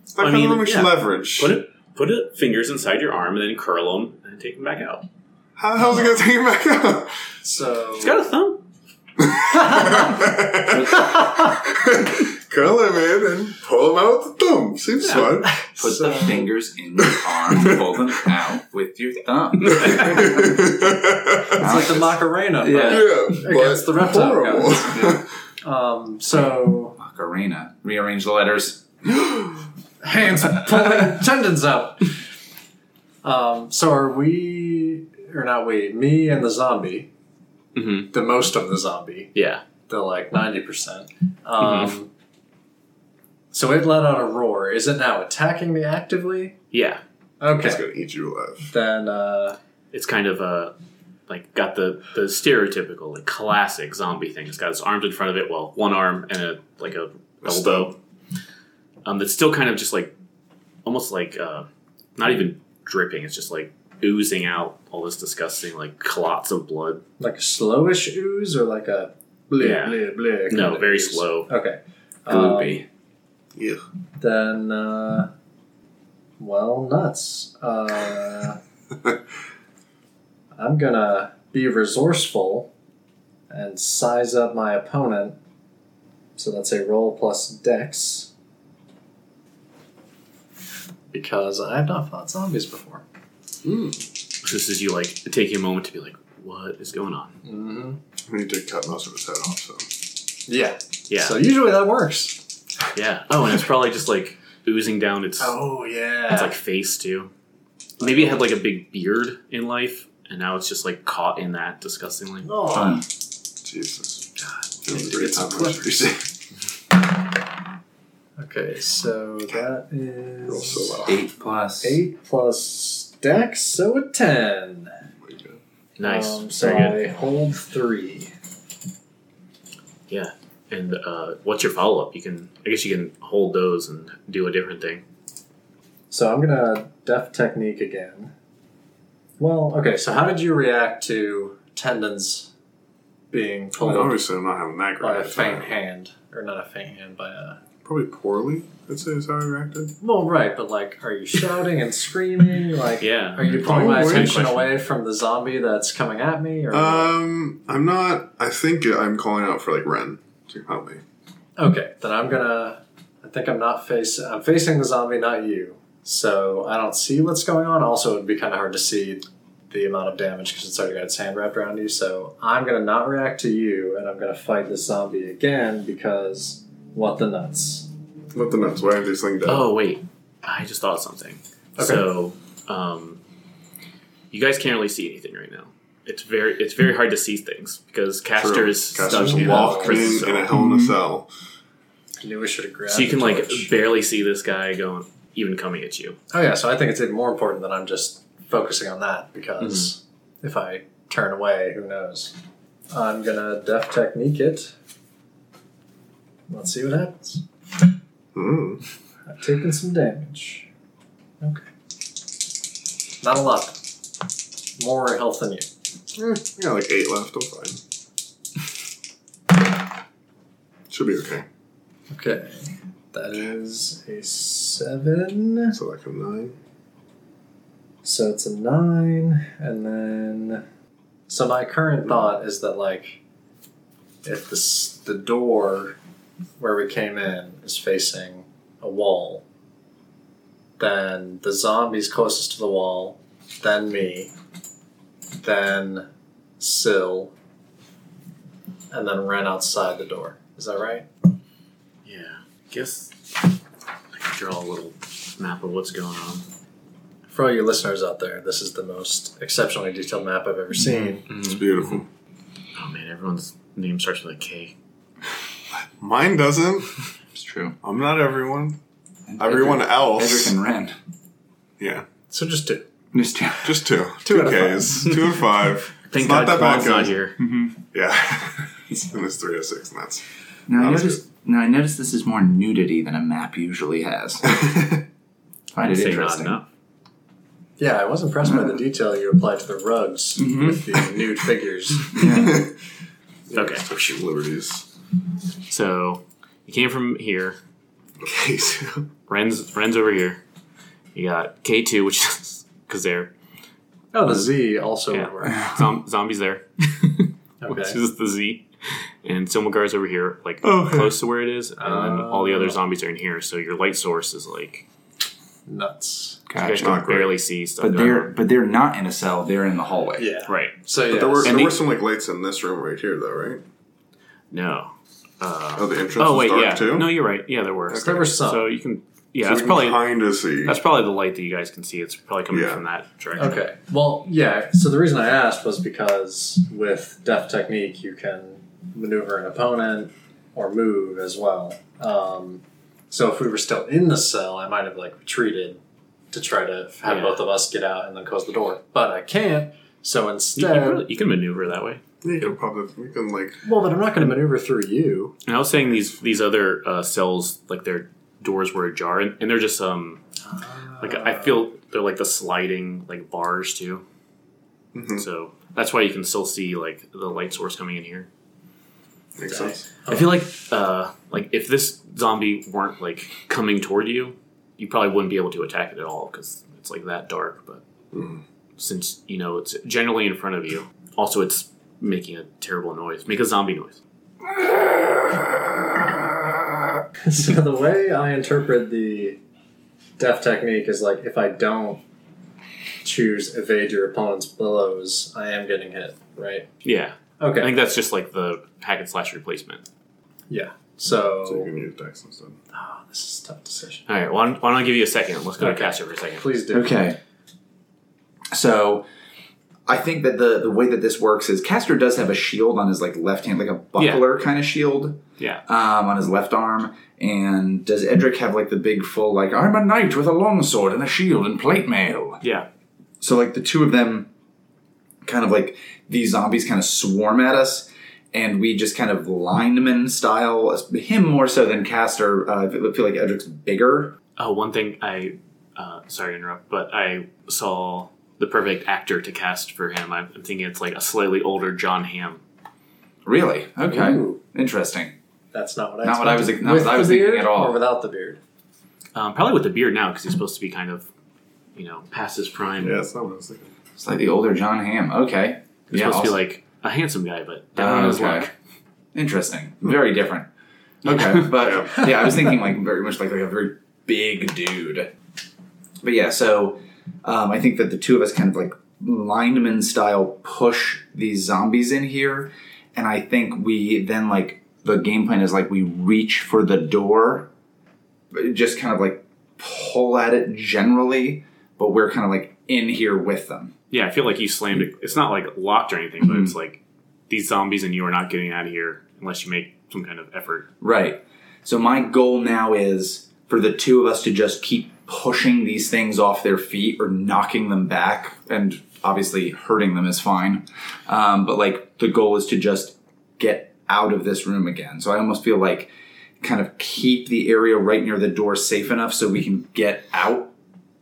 F: It's
C: I
F: not having
C: mean,
F: much
C: yeah.
F: leverage.
C: put it put it fingers inside your arm and then curl them and take them back out
F: How the hell's it gonna take it back up?
E: So
C: it's got a thumb
F: That's curl him in and pull him out with the thumb. Seems fun.
D: Put the fingers in your arm, pull them out with your thumb.
E: It's like the Macarena. but-
D: Yeah.
F: yeah,
E: Against
F: but
E: the reptile
F: horrible.
E: Um, so
D: Macarena. Rearrange the letters.
E: hands pulling tendons out. Um, so are we or not we? Me and the zombie,
C: Mhm.
E: the most of the zombie,
C: Yeah.
E: the like ninety percent. Um,
C: Mm-hmm.
E: So it let out a roar. Is it now attacking me actively?
C: Yeah.
E: Okay,
F: It's gonna eat you alive.
E: then uh,
C: It's kind of uh, like got the, the stereotypical like classic zombie thing. It's got its arms in front of it, well, one arm and a like a elbow. Um, that's still kind of just like almost like uh, not even dripping. It's just like oozing out all this disgusting like clots of blood.
E: like a slowish ooze or like a bleh
C: Yeah.
E: bleh bleh. kind
C: No,
E: of
C: very
E: ooze?
C: slow.
E: Okay, Um,
D: Gloopy.
F: Yeah.
E: then uh, well nuts uh, i'm gonna be resourceful and size up my opponent so that's a roll plus dex because i've not fought zombies before
C: This is you like taking a moment to be like, what is going on?
E: mm-hmm.
F: We need to cut most of his head off. So
E: yeah.
C: Yeah,
E: so usually that works
C: yeah. Oh, and it's probably just like oozing down its
E: oh yeah
C: its like face too. Maybe it had like a big beard in life, and now it's just like caught in that disgustingly.
E: oh.
D: Fun.
F: Jesus.
E: need
F: Feels
E: to
F: great
E: get some
F: how much we say.
E: okay so that is
F: Roll so well.
D: Eight plus.
E: Eight plus dex, so a ten.
C: Nice,
E: Um, so
C: very good.
E: I hold three.
C: Yeah. And uh, what's your follow up? You can, I guess, you can hold those and do a different thing.
E: So I'm gonna def technique again. Well, okay. So how did you react to tendons being
F: Oh,
E: pulled
F: Obviously, I'm not having that great.
E: by a
F: of a time.
E: faint hand, or not a faint hand, by a
F: Probably poorly. I'd say is how I reacted.
E: well, right? But like, are you shouting and screaming? Like,
C: Yeah.
E: Are you pulling my
F: Oh, wait.
E: attention
C: Question.
E: away from the zombie that's coming at me? Or
F: Um, I'm not. I think I'm calling out for like Ren to help me.
E: Okay, then I'm gonna. I think I'm not face. I'm facing the zombie, not you. So I don't see what's going on. Also, it'd be kind of hard to see the amount of damage because it's already got its hand wrapped around you. So I'm gonna not react to you, and I'm gonna fight this zombie again because what the nuts?
F: Let the nuts. Why have this thing done?
C: Oh wait, I just thought of something.
E: Okay.
C: So, um, you guys can't really see anything right now. It's very it's very hard to see things because Castor is stuck
F: Caster's
C: in a
F: locked in,
C: prison
F: in
C: cell.
F: a hell in a cell.
E: I knew we should have grabbed.
C: so you can
E: the
C: like
E: torch.
C: barely see this guy going even coming at you.
E: Oh yeah, so I think it's even more important that I'm just focusing on that because
C: Mm-hmm.
E: if I turn away, who knows? I'm gonna def technique it. Let's see what happens.
F: Mm.
E: I've taken some damage. Okay. Not a lot. More health than you.
F: I got Eh, like eight left. I'm fine. Should be okay.
E: Okay. That is a seven.
F: So like a nine.
E: So it's a nine, and then. So my current thought is that like, if this the door where we came in is facing a wall, then the zombies closest to the wall, then me, then Sill, and then Ren outside the door. Is that right?
C: Yeah, I guess I can draw a little map of what's going on.
E: For all you listeners out there, this is the most exceptionally detailed map I've ever seen.
F: It's beautiful.
C: Oh man, everyone's name starts with a K.
F: Mine doesn't.
D: It's true.
F: I'm not everyone. Everyone else.
D: Everything ran.
F: Yeah.
E: So just do.
D: Just two.
F: Just two. Two
E: out of five.
F: Ks. two and five.
C: Thank
F: not
C: God
F: that bad,
C: Quan's not
F: guys.
C: here.
F: Yeah. and it's three to six, and that's.
D: Now I
F: That was
D: noticed. Now I noticed this is more nudity than a map usually has. Find
C: I'd
D: it
C: say not
D: interesting.
C: enough.
E: Yeah, I was impressed by the detail you applied to the rugs
C: Mm-hmm.
E: with the nude figures.
C: Okay,
F: Social liberties.
C: so you came from here.
F: Okay, so-
C: Ren's Ren's over here. You got K two, which is because they're
E: Oh, the Z also
C: Yeah.
E: would work.
C: zom- zombies there.
E: Okay.
C: Which is the Z. and Silmagar's over here, like close to where it is, and then all the
F: Oh.
C: other zombies are in here. So your light source is like
E: Nuts.
C: you guys
D: Gotcha.
C: can
F: Not great.
C: barely see stuff.
D: But they're but they're not in a cell. They're in the hallway.
E: Yeah.
C: right.
E: So yeah,
F: But there were,
E: so-
F: there
C: And
F: were
C: the-
F: some like lights in this room right here, though, right?
C: No.
F: Oh, the entrance
C: Oh
F: is
C: wait,
F: dark
C: yeah.
F: too.
C: No, you're right. Yeah, there were.
E: there were some.
C: So you can. Yeah,
F: so
C: that's
F: we
C: probably
F: can kind of see.
C: that's probably the light that you guys can see. It's probably coming
F: Yeah.
C: from that direction.
E: Okay. Well, yeah. So the reason I asked was because with death technique, you can maneuver an opponent or move as well. Um, so if we were still in the cell, I might have like retreated to try to have
C: Yeah.
E: both of us get out and then close the door. But I can't. So
C: You,
E: instead,
C: you, really, you can maneuver that way.
F: you can pop the, you can like
E: well, but I'm not going to maneuver through you.
C: And I was saying these these other uh, cells, like their doors were ajar, and, and they're just um like I feel they're like the sliding like bars too.
F: Mhm.
C: So that's why you can still see like the light source coming in here.
F: makes sense.
C: I feel like uh like if this zombie weren't like coming toward you, you probably wouldn't be able to attack it at all because it's like that dark. But
E: Mm-hmm.
C: since you know it's generally in front of you, also it's making a terrible noise. Make a zombie noise.
E: so the way I interpret the death technique is like if I don't choose evade your opponent's blows, I am getting hit, right?
C: Yeah, I
E: Okay.
C: think that's just like the hack and slash replacement.
E: Yeah.
F: So you
E: So
F: can use dice instead.
E: Ah, this is a tough decision.
C: All right, why don't, why don't I give you a second? Let's go to
E: Okay.
C: Caster for a second.
E: Please do.
D: Okay. So I think that the the way that this works is Castor does have a shield on his like left hand, like a buckler kind of shield
C: Yeah,
D: um, on his left arm. And does Edric have like the big full like I'm a knight with a longsword and a shield and plate mail?
C: yeah,
D: So like the two of them, kind of like these zombies kind of swarm at us, and we just kind of lineman style him more so than Castor. Uh, I feel like Edric's bigger.
C: Oh, one thing I, uh, sorry to interrupt, but I saw the perfect actor to cast for him. I'm, I'm thinking it's like a slightly older John Hamm.
D: Really? Okay. Interesting.
E: That's not what I
D: Not what I was-
E: expected.
D: not
E: With
D: what I was
E: the
D: thinking
E: beard
D: at all.
E: Or without the beard.
C: Um, probably with the beard now because he's supposed to be kind of, you know, past his prime.
F: Yeah, that's not what I was thinking.
D: Slightly older John Hamm. Okay.
C: He's supposed
D: also-
C: to be like a handsome guy, but
D: Oh,
C: down on his
D: okay.
C: luck.
D: Interesting. Very different. Okay, but
F: Yeah.
D: yeah, I was thinking like very much like, like a very big dude. But yeah, so um, I think that the two of us kind of like lineman style push these zombies in here, and I think we then like the game plan is like we reach for the door, but just kind of like pull at it generally, but we're kind of like in here with them.
C: Yeah, I feel like you slammed it. It's not like locked or anything,
D: Mm-hmm.
C: but it's like these zombies and you are not getting out of here unless you make some kind of effort.
D: Right. So my goal now is for the two of us to just keep pushing these things off their feet or knocking them back, and obviously hurting them is fine. Um, but like the goal is to just get out of this room again. So I almost feel like kind of keep the area right near the door safe enough so we can get out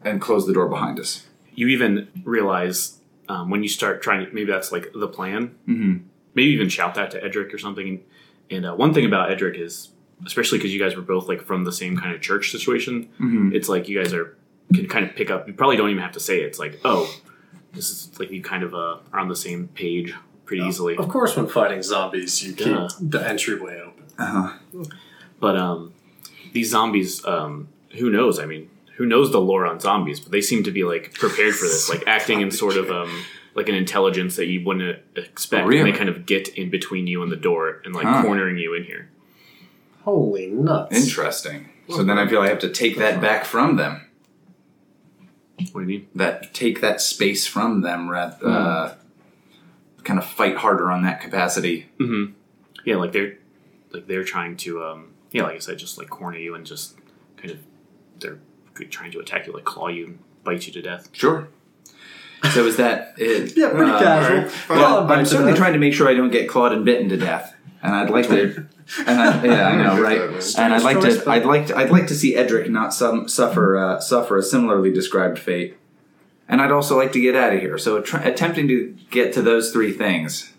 D: and close the door behind us.
C: You even realize um, when you start trying to, maybe that's like the plan,
D: Mm-hmm.
C: maybe even shout that to Edric or something. And uh, one thing about Edric is, especially because you guys were both like from the same kind of church situation,
D: Mm-hmm.
C: it's like you guys are can kind of pick up. You probably don't even have to say it. It's like, oh, this is like you kind of uh, are on the same page pretty
D: Oh,
C: easily.
E: Of course, when fighting zombies, you keep
C: Yeah.
E: the entryway open.
D: Uh-huh.
C: But um, these zombies, um, who knows? I mean, who knows the lore on zombies? But they seem to be like prepared for this, like acting in sort of um, like an intelligence that you wouldn't expect. And
D: Really?
C: they kind of get in between you and the door and like
D: Huh.
C: cornering you in here.
E: Holy nuts.
D: Interesting. So then I feel I have to take that back from them.
C: What do you mean?
D: that take that space from them rather uh,
E: Hmm.
D: kind of fight harder on that capacity
C: Mm-hmm. Yeah, like they're like they're trying to um yeah, like I said, just like corner you and just kind of they're trying to attack you, like claw you and bite you to death.
D: sure so is that it
E: Yeah, pretty
D: Uh,
E: casual.
F: alright.
E: Well,
F: Well,
E: I'll
D: i'm
E: bite to
D: certainly
E: that.
D: trying to make sure i don't get clawed and bitten to death and i'd like to and I, yeah i know right and i'd like to i'd like to i'd like to see edric not some, suffer uh, suffer a similarly described fate and i'd also like to get out of here so tr- attempting to get to those three things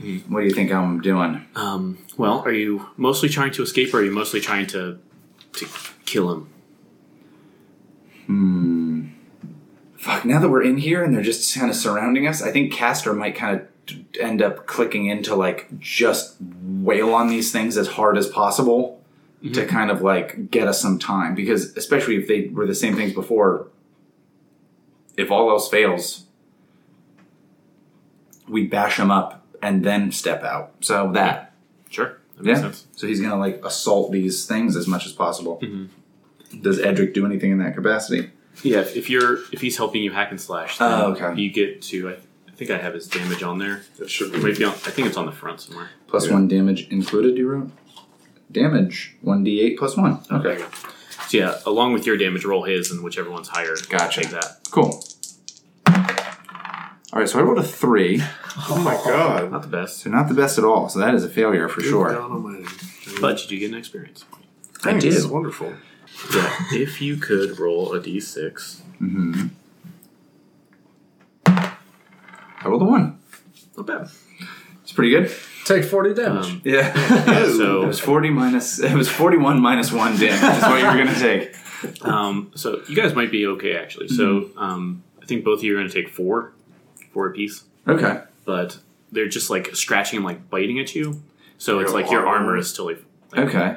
D: Hmm, what do you think i'm doing
C: Um well, are you mostly trying to escape or are you mostly trying to to kill him?
D: Fuck, now that we're in here and they're just kind of surrounding us, I think Castor might kind of d- end up clicking into like just wail on these things as hard as possible
C: Mm-hmm.
D: to kind of like get us some time because especially if they were the same things before if all else fails we bash them up and then step out so that
C: Sure. That makes
D: yeah
C: sense.
D: so he's gonna like assault these things as much as possible
C: Mm-hmm.
D: does edric do anything in that capacity
C: Yeah, if if you're if he's helping you hack and slash, then
D: Oh, okay.
C: you get to. I, th- I think I have his damage on there.
F: It should be.
C: Maybe on, I think it's on the front somewhere.
D: Plus
F: Yeah.
D: one damage included you wrote damage 1d8 plus 1 okay
C: So yeah, along with your damage, roll his, and whichever one's higher,
D: Gotcha.
C: Take that.
D: Cool. All right, so I rolled a three,
F: Oh my god.
C: Not the best,
D: so not the best at all. So that is a failure for sure.
F: Down on my-
C: but you do get an experience point.
D: I
F: Thanks,
D: do.
F: Wonderful.
C: Yeah, if you could roll a d6,
D: I rolled a one.
C: not bad.
D: It's pretty good.
E: Take 40 damage.
C: Um,
D: Yeah.
C: so-
D: it was forty minus. It was forty-one minus one damage. That's what you were gonna take.
C: um, so you guys might be okay actually. So um, I think both of you are going to take four, four apiece.
D: Okay.
C: But they're just like scratching and like biting at you. So it's
F: Your
C: like your
F: armor.
C: armor is still like, like
D: Okay.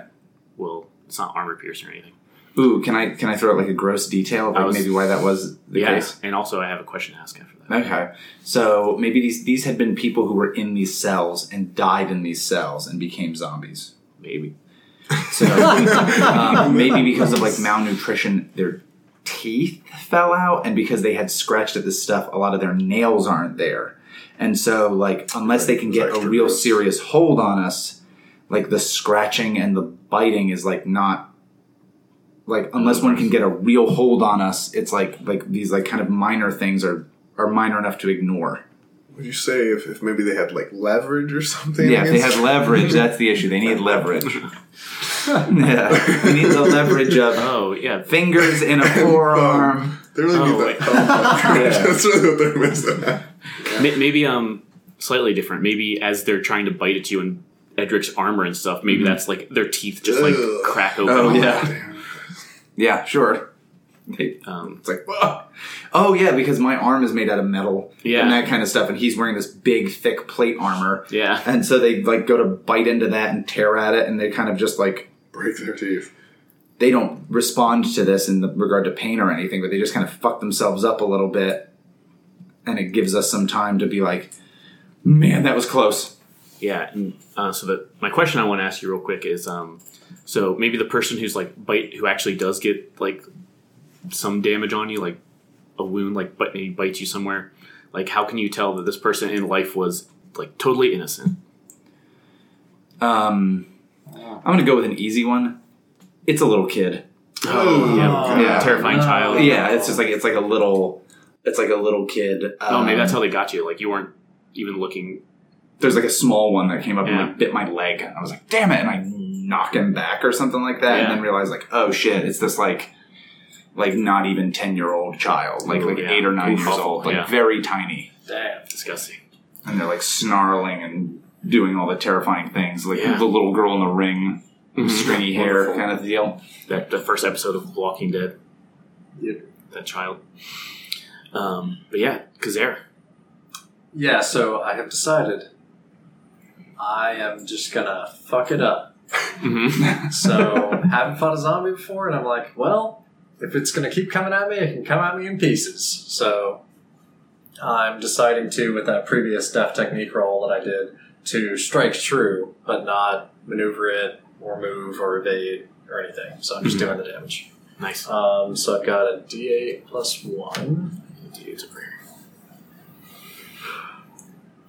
C: well, it's not armor piercing or anything.
D: Ooh, can I can I throw out like a gross detail of
C: I
D: like
C: was-
D: maybe why that was the
C: yeah,
D: case?
C: and also I have a question to ask after that.
D: Okay. So maybe these these had been people who were in these cells and died in these cells and became zombies.
C: Maybe.
D: So um, maybe because of like malnutrition, their teeth fell out, and because they had scratched at this stuff, a lot of their nails aren't there. And so, like, unless they can get a
F: Extra
D: real
F: gross.
D: serious hold on us, like the scratching and the biting is like not like unless one can get a real hold on us, it's like like these like kind of minor things are are minor enough to ignore.
F: Would you say if, if maybe they had like leverage or something?
D: Yeah, if they
F: against-
D: have leverage, that's the issue. They need leverage. yeah, we need the leverage of
C: Oh yeah,
D: fingers in a forearm.
F: They really
C: Oh,
F: need
C: wait.
F: that thumb leverage. That's really what they're missing.
C: May- maybe um slightly different. Maybe as they're trying to bite at you and Edric's armor and stuff, maybe that's like their teeth just like
F: Ugh.
C: crack open.
D: Oh, yeah. yeah, sure. They-
C: Um,
D: It's like, "Whoa." oh yeah, because my arm is made out of metal,
C: Yeah.
D: and that kind of stuff, and he's wearing this big, thick plate armor,
C: yeah.
D: and so they like go to bite into that and tear at it, and they kind of just like
F: Break their teeth.
D: they don't respond to this in the regard to pain or anything, but they just kind of fuck themselves up a little bit, and it gives us some time to be like, man, that was close.
C: Yeah, and uh, so the, my question I want to ask you real quick is, um, so maybe the person who's like bite, who actually does get like some damage on you, like a wound, like but maybe bites you somewhere, like how can you tell that this person in life was like totally innocent?
D: Um, I'm gonna go with an easy one. It's a little kid.
F: Oh,
C: yeah,
D: Yeah.
C: terrifying
E: no.
C: child.
D: Yeah, it's just like it's like a little, it's like a little kid.
C: Oh, maybe
D: Um,
C: that's how they got you. Like you weren't even looking.
D: there's like a small one that came up
C: Yeah.
D: and like bit my leg. And I was like, damn it! And I knock him back or something like that,
C: Yeah.
D: and then realize like, oh shit, it's this like, like not even ten year old child, like
C: Ooh,
D: like
C: yeah.
D: eight or nine
C: Oof,
D: years
C: awful,
D: old, like
C: yeah.
D: very tiny,
E: Damn.
C: Disgusting.
D: and they're like snarling and doing all the terrifying things, like
C: Yeah.
D: the little girl in the ring, stringy hair
F: Wonderful.
D: kind of deal.
C: that the first episode of Walking Dead.
F: Yep.
C: That child. Um, but yeah, Kazare.
E: Yeah, so I have decided I am just gonna fuck it up.
C: Mm-hmm.
E: So, haven't fought a zombie before, and I'm like, well, if it's gonna keep coming at me, it can come at me in pieces. So, I'm deciding to, with that previous death technique roll that I did, to strike true, but not maneuver it, or move, or evade, or anything. So, I'm just doing the damage.
C: Nice.
E: Um, so, I've got a d8 plus 1.
C: It's a prayer.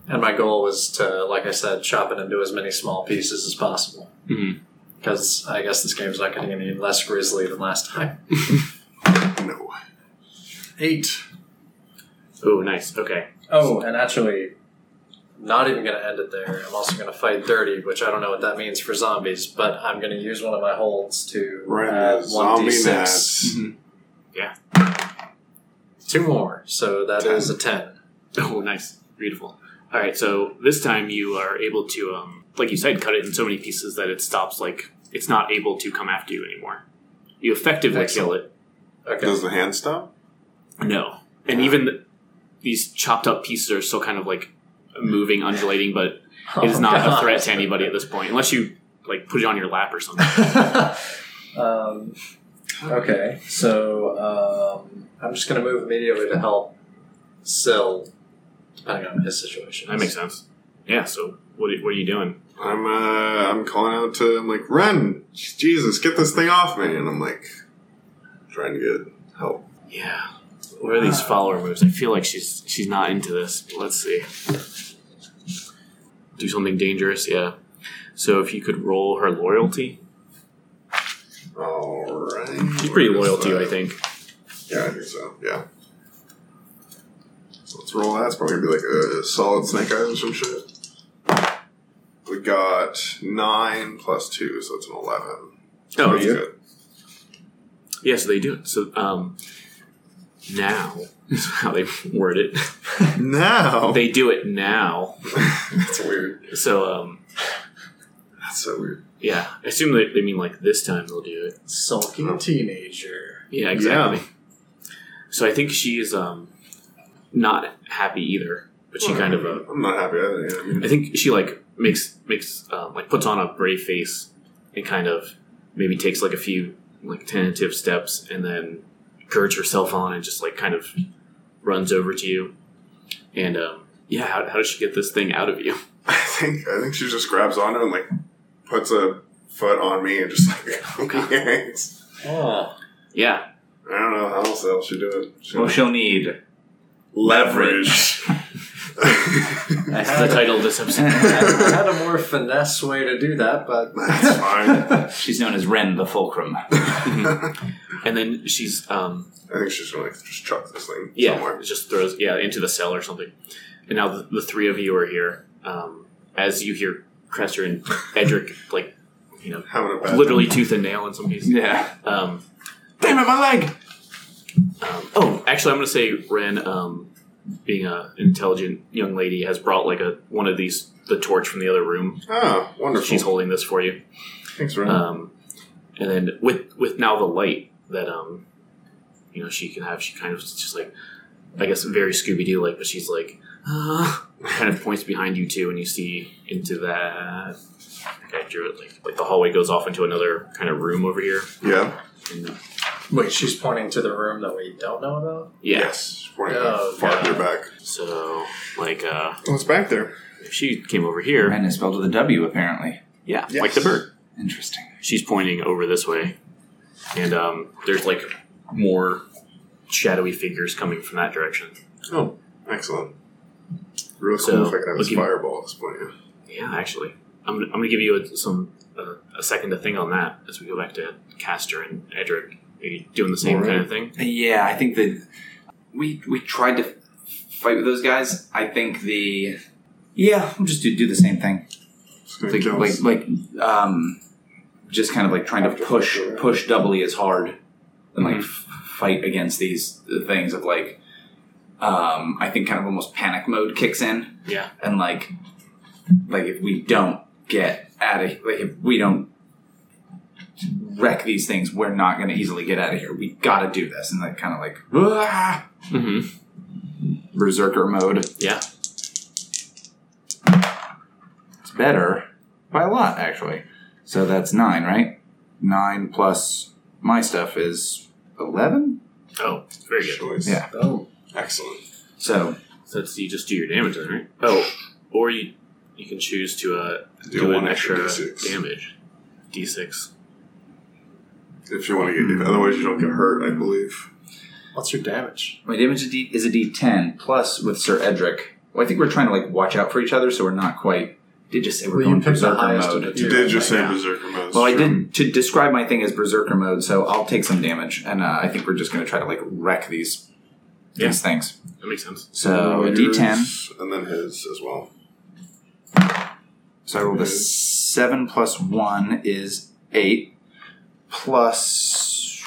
E: And my goal was to, like I said, chop it into as many small pieces as possible.
C: Mhm.
E: Because I guess this game's not getting any less grisly than last time.
F: No.
E: Eight.
C: Oh, nice. Okay.
E: Oh, and actually, not even going to end it there. I'm also going to fight dirty, which I don't know what that means for zombies, but I'm going to use one of my holds to
F: Right,
E: add
F: zombie
E: 1d6.
F: gnats.
C: Yeah.
E: Two more, so that is
F: Ten.
E: a ten.
C: Oh, nice. Beautiful. All right. So this time you are able to, um, like you said, cut it in so many pieces that it stops. Like it's not able to come after you anymore. You effectively kill it.
E: Okay.
F: Does the hand stop?
C: No. And even th- these chopped up pieces are still kind of like moving, undulating, but it is
G: Oh,
C: not
G: God.
C: a threat to anybody at this point, unless you like put it on your lap or something.
G: um, okay, so um,
E: I'm just gonna move immediately to help Sill, depending on his situation.
C: That makes sense. Yeah. So what are, what are you doing?
F: I'm uh, I'm calling out to I'm like, run, Jesus, get this thing off me, and I'm like, trying to get help.
C: Yeah. What are these follower moves? I feel like she's she's not into this. Let's see. Do something dangerous. Yeah. So if you could roll her loyalty,
F: All right,
C: she's pretty loyal to you, I think.
F: Yeah, I think so. Yeah. So let's roll that. It's probably gonna be like a solid snake eyes or some shit. We got nine plus two, so it's an eleven.
C: Oh,
F: That's
C: yeah.
F: good.
C: Yeah, so they do it. So um, now is how they word it.
G: Oh.
F: Now
C: They do it now.
F: that's weird.
C: So um,
F: That's so weird.
C: yeah, I assume they, they mean like this time they'll do it.
E: Sulking teenager.
C: Yeah, exactly. So I think she is um, not happy either, but she kind of uh,
F: I'm not happy at it. I mean,
C: I think she like makes makes um, like puts on a brave face and kind of maybe takes like a few like tentative steps and then girds herself on and just like kind of runs over to you and um, yeah how, how does she get this thing out of you
F: I think I think she just grabs onto it and like puts a foot on me and just like yanks.
E: Oh.
C: yeah
F: I don't know how else the hell she did it. She
D: Well, she'll need leverage.
E: I
C: that's the
E: had,
C: title of this episode
E: I had a more finesse way to do that, but
F: That's fine.
D: She's known as Ren the Fulcrum.
C: and then she's um
F: I think she's gonna like just chuck this thing
C: yeah
F: somewhere.
C: it just throws yeah into the cell or something and now the, the three of you are here um, as you hear Cresser and Edric like you know
F: Having a bad
C: literally tooth and nail in some cases
D: Yeah.
C: um
D: Damn it, my leg!
C: Um, oh, actually, I'm going to say Ren, um, being a intelligent young lady, has brought like a one of these the torch from the other room.
F: Oh, wonderful.
C: She's holding this for you,
F: Thanks,
D: uh,
F: Ren.
C: um, and then with with now the light that um, you know she can have, she kind of is just like I guess very Scooby Doo like, but she's like ah, kind of points behind you too, and you see into that. I think I drew it like like the hallway goes off into another kind of room over here.
F: yeah.
C: And,
E: wait, she's pointing to the room that we don't know about.
C: yeah,
F: Yes. Pointing
E: Oh,
F: farther
E: God.
F: back.
C: so like uh,
F: Oh, it's back there.
C: if she came over here.
D: Ren is spelled with a W, apparently.
C: Yeah,
F: Yes.
C: like the bird.
D: Interesting.
C: She's pointing over this way, and um, there's like more shadowy figures coming from that direction.
F: Oh, excellent. Real cool
C: So,
F: if I could have this
C: looking-
F: fireball at this point. yeah.
C: Yeah, actually, I'm, I'm gonna give you a, some uh, a second to think on that as we go back to Caster and Edric. Are you doing the same
F: Alright.
C: kind of thing?
D: Yeah, I think that we we tried to fight with those guys. I think the yeah, we'll just do do the same thing.
F: It's gonna
D: Like
F: kill
D: like
F: us.
D: like um, just kind of like trying to push push doubly as hard and like f- fight against these things of like um, I think kind of almost panic mode kicks in
C: Yeah,
D: and like like if we don't get out of like if we don't wreck these things we're not going to easily get out of here we gotta do this and like kind of like "Ah!"
C: mm-hmm.
D: berserker mode.
C: yeah.
D: It's better by a lot, actually. So that's nine, right? Nine plus my stuff is eleven.
C: Oh, very good.
F: choice.
D: Yeah.
E: Oh,
F: Excellent.
D: So
C: So that's, you just do your damage then, right? Oh, or you you can choose to uh,
F: Do
C: do,
F: one
C: an
F: extra
C: extra
F: D6.
C: damage, d6.
F: If you want to get, otherwise you don't get hurt. I believe.
E: what's your damage?
D: my damage is a D- is a D10 plus with Sir Edric. Well, I think we're trying to like watch out for each other, so we're not quite. Did just say we're
E: Well, you
D: going
E: picked the
D: berserker
E: highest of
D: mode.
E: the two.
F: You
E: Yeah,
F: did just say
E: yeah.
F: berserker mode.
D: Well, I
F: Sure.
D: did to describe my thing as berserker mode, so I'll take some damage, and uh, I think we're just going to try to like wreck these
C: Yeah.
D: these things.
C: That makes sense.
D: So uh, a D10.
F: Yours, and then his as well.
D: So I rolled a seven plus one is eight. Plus,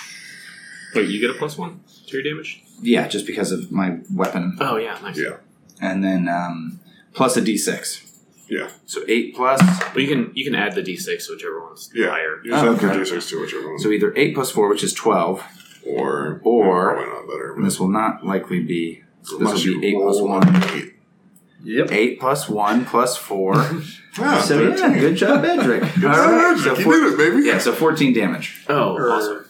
C: Wait, you get a plus one to your damage?
D: yeah, just because of my weapon,
F: Uh.
C: Oh yeah, nice.
F: Yeah,
D: and then um, plus a d6.
F: yeah,
D: So eight plus.
C: But you can you can add the d6, whichever one's
F: yeah.
C: higher.
F: You just
D: Oh,
F: have to
D: okay.
F: do six to whichever one.
D: So either eight plus four, which is twelve,
F: or
D: or-
F: probably not better.
D: and this will not likely be. This will
F: Unless
D: be
F: you
D: eight plus
F: roll
D: one.
F: an eight.
G: Yep.
D: Eight plus one plus four.
F: Yeah,
D: so
F: thirteen.
D: yeah, good job, Edric. All
F: It's
D: right,
F: magic.
D: so
F: you
D: four-
F: did it, baby.
D: Yeah, so fourteen damage.
C: Oh,
E: Or-
C: awesome.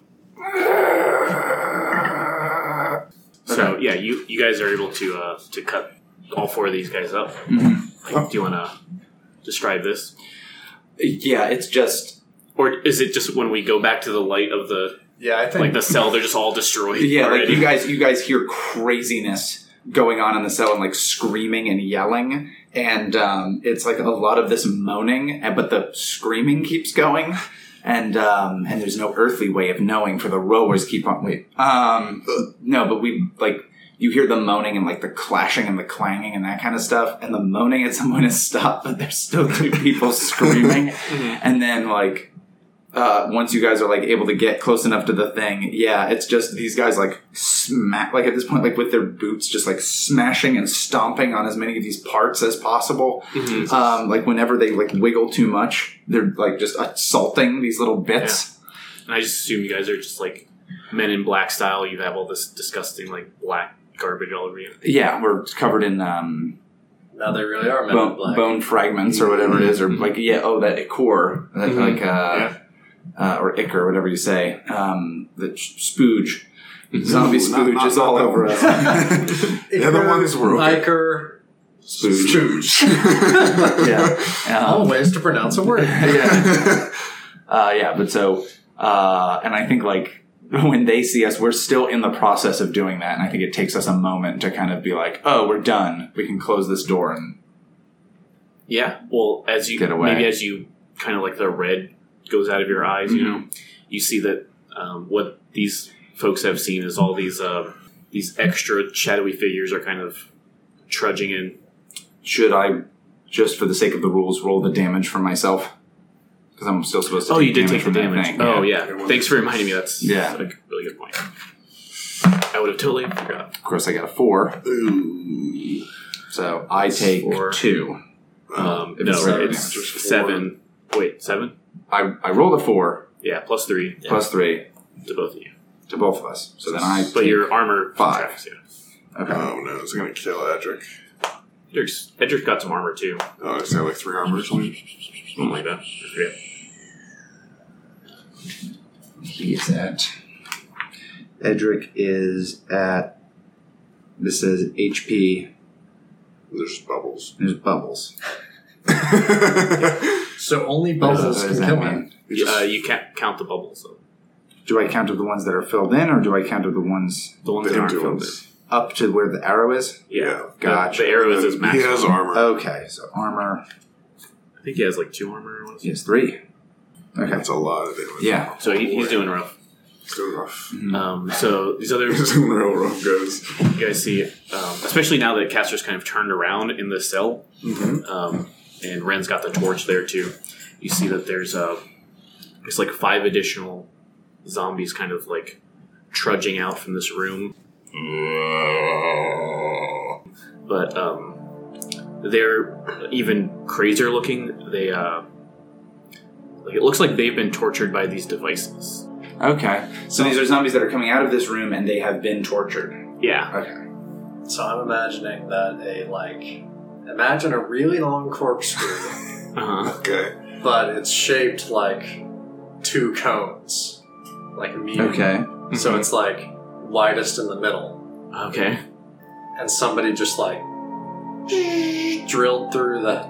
C: So yeah, you you guys are able to uh, to cut all four of these guys up.
D: Mm-hmm.
C: Like, do you want to describe this,
D: Yeah, it's just
C: or is it just when we go back to the light of the
E: Yeah, I think
C: like the cell, they're just all destroyed?
D: yeah, like
C: already?
D: you guys, you guys hear craziness going on in the cell and like screaming and yelling, and um, it's like a lot of this moaning, and- but the screaming keeps going, and um, and there's no earthly way of knowing for the rowers keep on wait, um, no, but we like you hear the moaning and like the clashing and the clanging and that kind of stuff, and the moaning at some point has stopped, but there's still two people screaming, and then like uh, once you guys are like able to get close enough to the thing, yeah, it's just these guys like smack, like at this point, like with their boots, just like smashing and stomping on as many of these parts as possible.
C: Mm-hmm.
D: Um, like whenever they like wiggle too much, they're like just assaulting these little bits.
C: And I just assume you guys are just like men in black style. You have all this disgusting like black garbage all over you.
D: Yeah, we're covered in um,
E: now they really are men in
D: bone,
E: black.
D: bone fragments or whatever it is, or like yeah, oh that ichor, that,
F: Mm-hmm.
C: Mhm.
D: like uh,
F: Yeah.
D: uh, or ichor, whatever you say, um, the spooge. Zombie
F: Ooh, not-
D: spooge
F: not-
D: is all
F: not that
D: over
F: one.
D: us.
F: The other ones were okay.
E: Iker.
F: Spooge.
D: yeah.
E: All
D: Um,
E: ways to pronounce Oh, a word.
D: yeah. Uh, yeah, but so, uh, and I think like when they see us, we're still in the process of doing that. And I think it takes us a moment to kind of be like, oh, we're done. We can close this door. And
C: Yeah. Well, as you
D: Get away.
C: maybe as you kind of like the red goes out of your eyes,
D: Mm-hmm.
C: you know, you see that um, what these folks have seen is all these um these extra shadowy figures are kind of trudging in.
D: should I, just for the sake of the rules, roll the damage for myself? Because I'm still supposed to
C: oh,
D: take
C: you did
D: damage
C: take the
D: from that
C: damage.
D: thing,
C: oh, yeah.
F: Everyone-
C: Thanks for reminding me. That's,
D: Yeah.
C: that's a really good point. I would have totally forgot.
D: Of course, I got a four.
F: Ooh.
D: So I take
C: Four.
D: two.
C: Um,
D: If
C: no,
D: it's seven,
C: it's
D: it's just
F: four.
C: seven. Wait, seven?
D: I, I rolled a four
C: Yeah, plus three
D: plus three
C: to both of you.
D: to both of us. So then I.
C: But your armor
D: five.
C: subtracts, Yeah.
D: Okay.
F: Oh no, it's gonna kill Edric.
C: Edric's, Edric's got some armor too.
F: Oh, it's got like three armors. on it.
C: Something like that. Yeah.
D: He's at. Edric is at. This is HP.
F: There's bubbles.
D: There's bubbles.
E: So only bubbles
D: What does
E: can
D: Oh, that
E: kill
D: mean?
E: him.
F: You just-
C: uh, you can't count the bubbles, though.
D: Do I count to the ones that are filled in, or do I count to the ones
C: The ones
F: The
C: that aren't
F: empty
C: filled in.
F: ones.
D: up to where the arrow is?
C: Yeah.
F: Yeah.
D: Gotcha.
C: The, the arrow is his
F: he
C: max.
F: has armor.
D: Okay, so armor.
C: I think he has like two armor. Or
D: He has three. Okay.
F: That's a lot of damage.
D: Yeah.
C: so he, he's doing rough.
F: It's doing rough.
C: Um, so these other
F: It's Mm-hmm. doing real rough, guys.
C: you guys see, um, especially now that Caster's kind of turned around in the cell,
F: Mm-hmm.
C: um, and Ren's got the torch there too. You see that there's uh, it's like five additional zombies kind of like trudging out from this room, but um, they're even crazier looking. They uh, like it looks like they've been tortured by these devices.
D: Okay. So these are zombies that are coming out of this room, and they have been tortured.
C: Yeah,
D: Okay.
E: So I'm imagining that a like imagine a really long corkscrew,
C: uh-huh.
F: Okay.
E: but it's shaped like two cones. Like a mean. So it's like widest in the middle.
C: okay.
E: And somebody just like drilled through the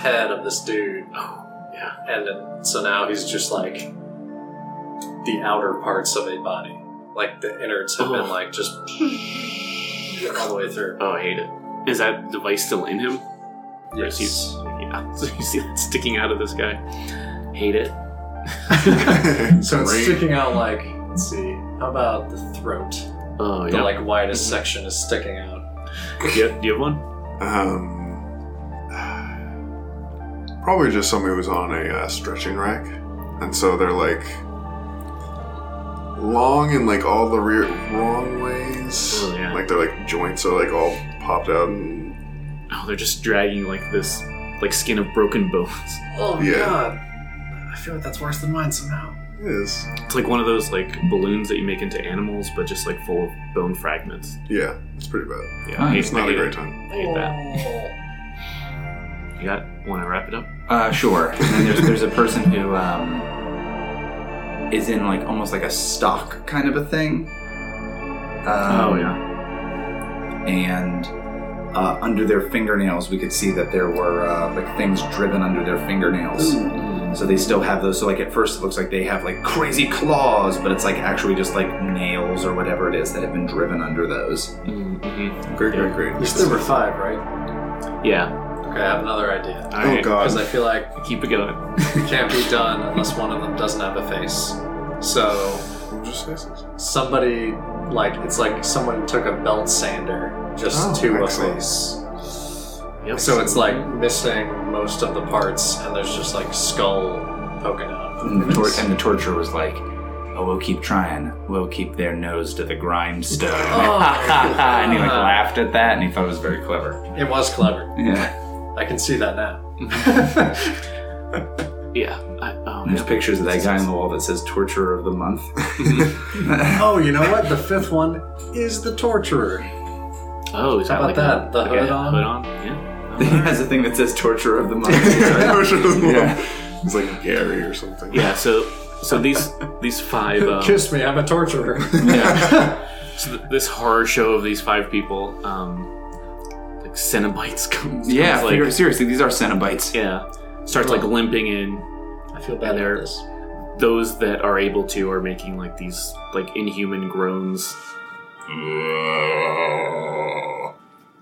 E: head of this dude.
C: Oh, yeah.
E: And then, so now he's just like the outer parts of a body. Like the innards have
C: Oh.
E: been like just all the way through.
C: Oh, I hate it. Is that device still in him? Or is he- yeah. So you see that sticking out of this guy. Hate it.
E: So it's
F: Great.
E: sticking out like, let's see, how about the throat?
C: Oh,
E: The
C: yeah.
E: like widest section is sticking out.
C: yeah. Do you have one?
F: Um, probably just somebody was on a uh, stretching rack, and so they're like long and like all the rear wrong ways.
C: Oh, yeah.
F: Like they're like joints are like all popped out, and
C: Oh, they're just dragging like this, like skin of broken bones.
E: Oh
F: Yeah.
E: god. I feel like that's worse than mine somehow.
F: it is
C: It's like one of those like balloons that you make into animals, but just like full of bone fragments.
F: yeah, it's pretty bad.
C: Yeah,
D: Huh,
C: I hate,
F: It's not
C: I
F: a
C: hate
F: great
C: it.
F: time.
E: Oh.
C: I hate that. You got? Want to wrap it up?
D: Uh, sure. And then there's there's a person who um, is in like almost like a stock kind of a thing. Um,
C: Oh, yeah.
D: And uh, under their fingernails, we could see that there were uh, like things driven under their fingernails. So they still have those. So like at first, it looks like they have like crazy claws, but it's like actually just like nails or whatever it is that have been driven under those.
C: Mm-hmm.
D: Great, great, great.
E: It's number five, right?
C: Yeah.
E: Okay, I have another idea.
C: All
F: oh
C: right.
F: god.
E: Because I feel like
C: Keep it going.
E: it can't be done unless one of them doesn't have a face. So
F: I'm just faces.
E: somebody like it's like someone took a belt sander just
F: Oh,
E: to a
F: excellent.
E: face.
C: Yep.
E: So it's like missing most of the parts, and there's just like skull poking out.
D: And the, tor- and the torture was like, oh, we'll keep trying. We'll keep their nose to the grindstone.
E: Oh.
D: and he like laughed at that, and he thought it was very clever.
E: It was clever.
D: Yeah,
E: I can see that now.
F: Mm-hmm.
C: yeah. I, um,
D: there's pictures of that guy on the wall that says "Torturer of the Month."
E: Oh, you know what? The fifth one is the torturer.
C: Oh, is
E: How
C: that like
E: about
C: A,
E: that? The
C: like a
E: hood on?
C: Hood on? Yeah.
D: he has a thing that says "Torturer of the Month."
F: yeah.
D: Yeah.
F: It's like Gary or something.
C: Yeah. So, so these these five.
F: Uh,
C: Um,
E: Kiss me, I'm a torturer.
C: so th- this horror show of these five people. Um, like Cenobites comes.
D: yeah,
C: comes, like,
D: figure- seriously, these are Cenobites.
C: yeah. Starts like limping in.
E: I feel bad
C: And there-
E: about this.
C: Those that are able to are making like these like inhuman groans,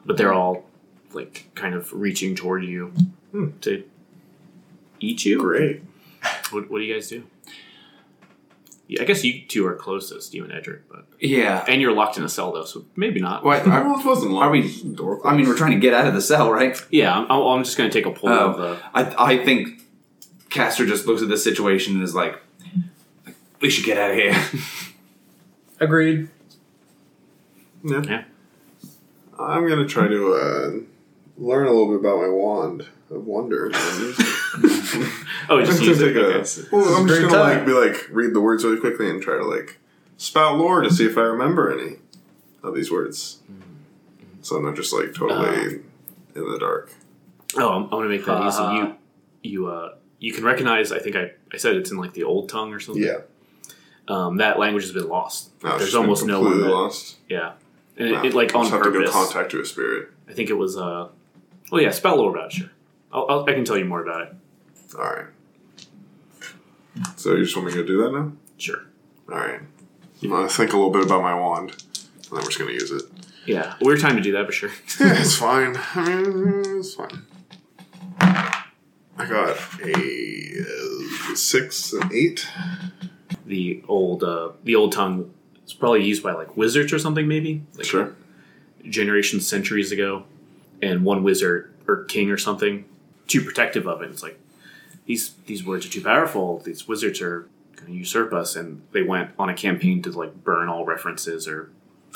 C: but they're all like kind of reaching toward you to eat you.
F: Great.
C: What, what do you guys do? Yeah, I guess you two are closest, you and Edric, but
D: Yeah.
C: and you're locked in a cell though, so maybe not.
D: What?
F: Well,
D: Are,
F: it wasn't long.
D: are we?
F: Door
D: I mean, we're trying to get out of the cell, right?
C: Yeah, I'm, I'll- I'm just gonna take a poll of
D: Oh,
C: the.
D: I, I think Caster just looks at this situation and is like, "We should get out of here."
E: Agreed.
F: closed.
C: Yeah.
F: I'm gonna try to uh, learn a little bit about my wand of wonder.
C: Oh,
F: I'm
C: just
F: just
C: use
F: gonna
C: it.
F: take a.
C: Okay.
F: Well, I'm just
E: Great
F: gonna like
E: time.
F: be like read the words really quickly and try to like spout lore to see if I remember any of these words. So I'm not just like totally
C: Uh-huh.
F: in the dark.
C: Oh, I'm, I'm gonna make that easy.
E: Uh-huh.
C: You, you, uh, you can recognize. I think I, I said it's in like the old tongue or something.
F: Yeah.
C: Um, that language has been lost.
F: I was
C: There's
F: just
C: almost no one.
F: completely
C: That,
F: lost.
C: yeah, and
F: Wow.
C: it, it like on
F: Just have to go
C: purpose.
F: contact to a spirit.
C: I think it was. Uh, well, yeah, spell lore about it. Sure, I'll, I'll, I can tell you more about it.
F: All right. So you just want me to go do that now?
C: Sure.
F: All right. I'm gonna think a little bit about my wand, and then we're just gonna use it.
C: Yeah, weird time to do that, but sure.
F: Yeah, it's fine. I mean, it's fine. I got a uh, six and eight.
C: the old uh, the old tongue it's probably used by like wizards or something maybe like
F: Sure.
C: generations centuries ago and one wizard or king or something too protective of it it's like these these words are too powerful these wizards are going to usurp us and they went on a campaign to like burn all references or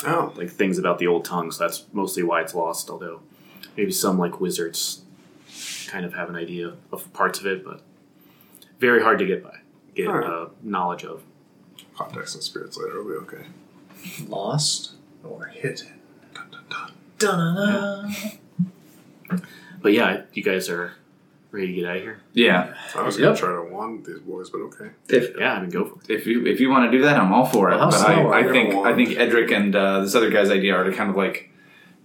F: Oh,
C: like things about the old tongue so that's mostly why it's lost although maybe some like wizards kind of have an idea of parts of it but very hard to get by get
F: All right.
C: uh, knowledge of
F: contacts and spirits later. It'll be okay.
E: Lost or hidden.
F: Dun, dun, dun.
E: Dun-dun-dun.
C: But yeah, you guys are ready to get out of here.
D: yeah.
F: I was
E: Yep.
F: gonna try to wand these boys, but okay.
D: If
C: Yeah, I mean, go for it.
D: if you if you want to do that, I'm all for it.
E: Well, how
D: but
E: slow
D: I,
E: are
D: I
F: we?
D: think I think Edric and uh, this other guy's idea are to kind of like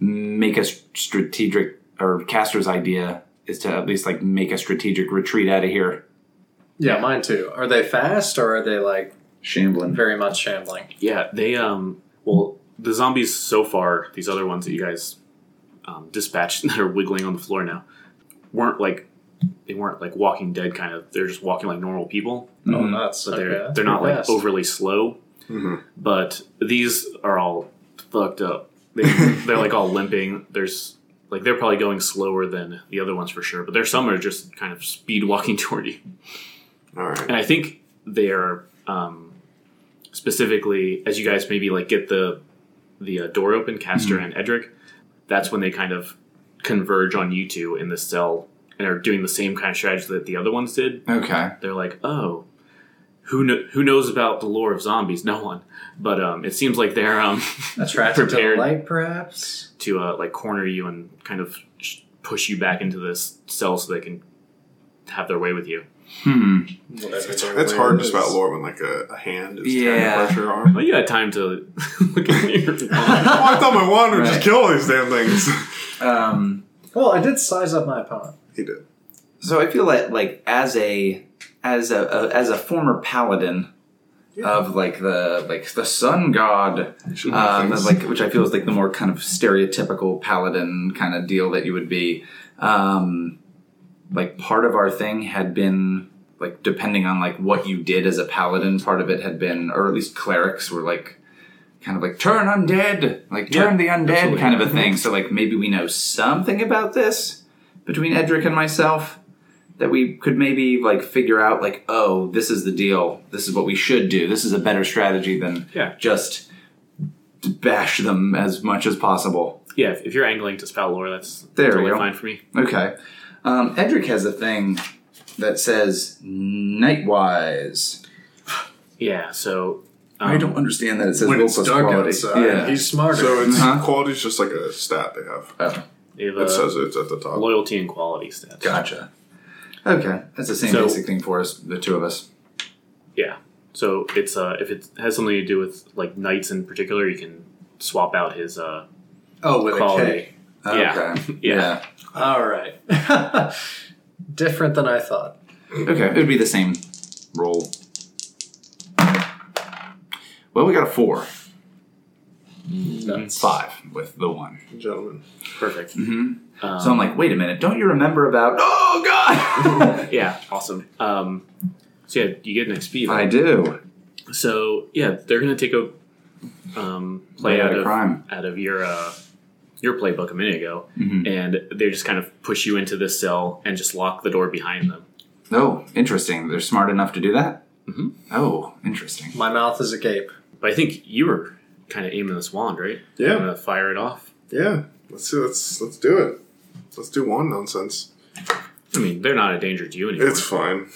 D: make a strategic or Caster's idea is to at least like make a strategic retreat out of here.
E: yeah, mine too. Are they fast or are they like
D: Shambling.
E: very much shambling?
C: Yeah, they um. Well, the zombies so far, these other ones that you guys um, dispatched that are wiggling on the floor now, weren't like they weren't like Walking Dead kind of. They're just walking like normal people.
E: Oh, nuts.
C: Mm-hmm. But
E: Okay,
C: they're
E: that's
C: they're not
E: pretty
C: like
E: fast.
C: overly slow.
F: Mhm.
C: But these are all fucked up. They, they're like all limping. There's like they're probably going slower than the other ones for sure. But there's some are just kind of speed walking toward you.
F: All right.
C: and I think they're um, specifically as you guys maybe like get the the uh, door open, Castor and Edric. That's when they kind of converge on you two in the cell and are doing the same kind of strategy that the other ones did.
D: Okay.
C: They're like, oh. Who, kno- who knows about the lore of zombies? No one. But um, it seems like they're um,
E: attracted to the
C: prepared.
E: light, perhaps.
C: to uh, like corner you and kind of sh- push you back into this cell so they can have their way with you.
D: Hmm.
F: It's, it's hard to spot lore when like a, a hand is
D: Yeah.
F: carrying pressure on.
C: Well, you had time to look at your
F: Oh, I thought my wand would
D: Right.
F: just kill all these damn things.
D: Um,
G: Well, I did size up my opponent.
F: he did.
D: so I feel like like as a as a, a as a former paladin of like the like the sun god,
F: should know
D: um,
F: things.
D: like which I feel is like the more kind of stereotypical paladin kind of deal that you would be. Um, like part of our thing had been like depending on like what you did as a paladin, part of it had been, or at least clerics were like kind of like turn undead, like turn the undead
C: absolutely.
D: kind of a thing. So like maybe we know something about this between Edric and myself that we could maybe like figure out like oh this is the deal this is what we should do this is a better strategy than
C: Yeah.
D: just bash them as much as possible
C: yeah. If, if you're angling to spout lore, that's
D: There we
C: totally
D: go.
C: fine for me.
D: okay um, Edric has a thing that says nightwise
C: Yeah. So
D: I don't understand that it says
E: Um, When
D: will
E: it's
D: plus
E: dark
D: quality.
E: outside,
D: yeah
E: he's smarter.
F: So it's
D: Uh-huh.
F: quality's just like a stat they have.
D: Oh,
C: they have
F: It
C: a
F: says it's at the top.
C: loyalty and quality stats.
D: gotcha okay that's the same
C: So-
D: basic thing for us the two of us
C: Yeah. So it's uh, if it has something to do with like knights in particular, you can swap out his uh,
E: Oh, with a K.
C: quality.
D: okay
C: Yeah. Yeah.
E: All right. Different than I thought.
D: Yeah. okay it would be the same roll well we got a four
C: Mm-hmm.
G: Nuts.
D: five with the one.
F: Gentlemen.
C: Perfect.
D: Mm-hmm.
C: Um,
D: So I'm like, wait a minute, don't you remember about? Oh God!
C: yeah, awesome. Um, so yeah, you get an XP.
D: I do.
C: So yeah, they're gonna take a um, play
D: Right out
C: out
D: of
C: of
D: crime.
C: out of your uh, your playbook a minute ago,
D: Mhm.
C: and they just kind of push you into this cell and just lock the door behind them.
D: Oh, interesting. They're smart enough to do that.
C: Mhm.
D: Oh, interesting.
E: My mouth is agape.
C: But I think you were kind of aiming this wand, right?
F: Yeah.
C: I'm gonna fire it off.
F: Yeah. Let's see. Let's let's do it. Let's do one nonsense.
C: I mean, they're not a danger to you anymore.
F: It's fine.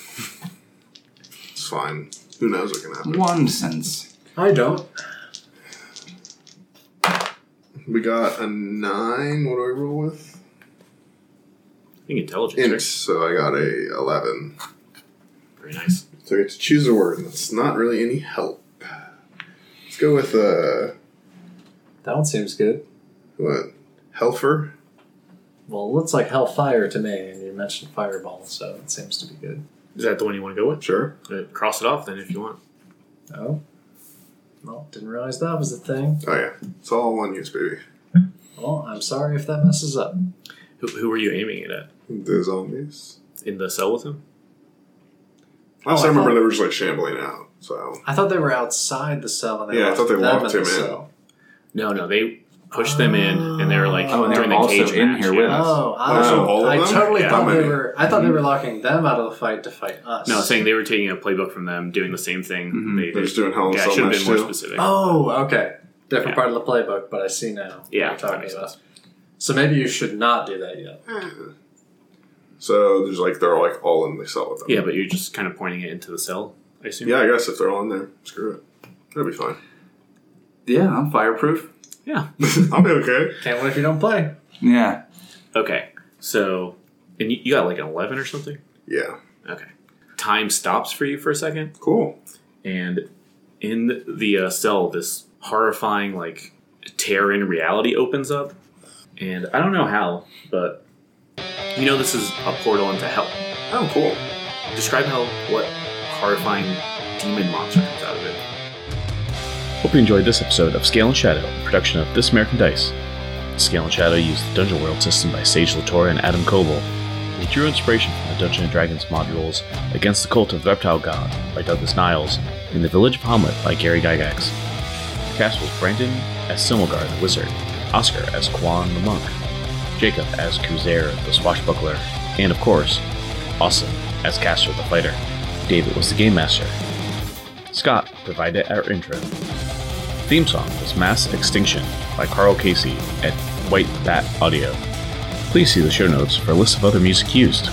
F: It's fine. Who knows what can happen?
D: One sense.
E: I don't.
F: We got a nine. What do I roll with?
C: I think intelligence.
F: Int.
C: right?
F: So I got a eleven.
C: Very nice.
F: So I get to choose a word, and it's not really any help. Let's go with uh
G: That one seems good.
F: what? Helfer.
G: Well, it looks like hellfire to me, and you mentioned fireball, so it seems to be good.
C: Is that the one you want to go with?
F: Sure.
C: Uh, cross it off then if you want.
G: Oh. Well, didn't realize that was a thing.
F: Oh yeah. It's all one use, baby.
G: Well, I'm sorry if that messes up.
C: Who, who were you aiming it at?
F: The zombies.
C: In the cell with him?
F: Last
E: Oh,
F: I,
E: I
F: remember,
E: thought-
F: they were just like shambling out. So
E: I thought they were outside the cell and they
F: Yeah, I
E: locked
F: thought they
E: them
F: locked
E: in
F: him
E: the
F: in.
E: cell.
C: No, no, they pushed them in and they were like
D: Oh, and they
C: during
D: were
C: the
D: also
C: cage
D: in
C: match,
D: here
C: yeah.
D: with us.
E: Oh,
F: Oh, so all of
E: I, I
F: them? Mm-hmm.
E: totally
C: Yeah.
E: thought
F: How
E: they
F: many?
E: were. I thought they were locking them out of the fight to fight us.
C: No, saying they were taking a playbook from them, doing the same thing.
D: Mhm.
C: They
F: they're
C: did.
F: just doing hell and
C: Yeah, I
F: so
C: should have
F: much
C: been more
F: too.
C: specific.
E: Oh, okay. Different
C: Yeah.
E: part of the playbook, but I see now. what
C: Yeah,
E: you're
C: that
E: talking
C: makes
E: about. So maybe you should not do that yet.
F: So there's like they're like all in the cell with them.
C: Yeah, but you're just kind of pointing it into the cell, I assume.
F: Yeah, I guess if they're all in there, screw it. That'd be fine.
D: Yeah, I'm fireproof.
C: Yeah.
F: I'll be okay.
E: Can't win if you don't play.
D: Yeah.
C: Okay. So, and you, you got like an 11 or something?
F: Yeah.
C: Okay. Time stops for you for a second,
F: Cool.
C: and in the uh, cell, this horrifying, like, tear in reality opens up. And I don't know how, but you know this is a portal into hell.
F: Oh, cool.
C: Describe how what horrifying demon monster comes out of it.
A: Hope you enjoyed this episode of Scale and Shadow, a production of This American Dice. Scale and Shadow used the Dungeon World system by Sage Latour and Adam Coble. They drew inspiration from the Dungeon and Dragons modules Against the Cult of the Reptile God by Douglas Niles and The Village of Hamlet by Gary Gygax. The cast was Brandon as Similgar the Wizard, Oscar as Quan the Monk, Jacob as Kuzair the Swashbuckler, and of course, Austin as Castor the Fighter. David was the Game Master. Scott provided our intro. Theme song was Mass Extinction by Carl Casey at White Bat Audio. Please see the show notes for a list of other music used.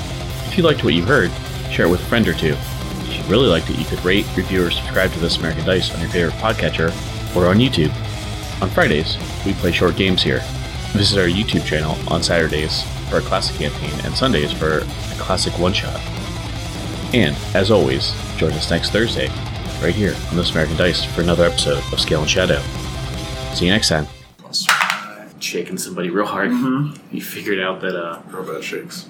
A: If you liked what you heard, share it with a friend or two. If you really liked it, you could rate, review, or subscribe to This American Dice on your favorite podcatcher or on YouTube. On Fridays, we play short games here. Visit our YouTube channel on Saturdays for a classic campaign, and Sundays for a classic one shot. And, as always, join us next Thursday, right here on This American Dice, for another episode of Scale and Shadow. See you next time.
C: shaking somebody real hard. He figured out that, uh,
F: Robot shakes.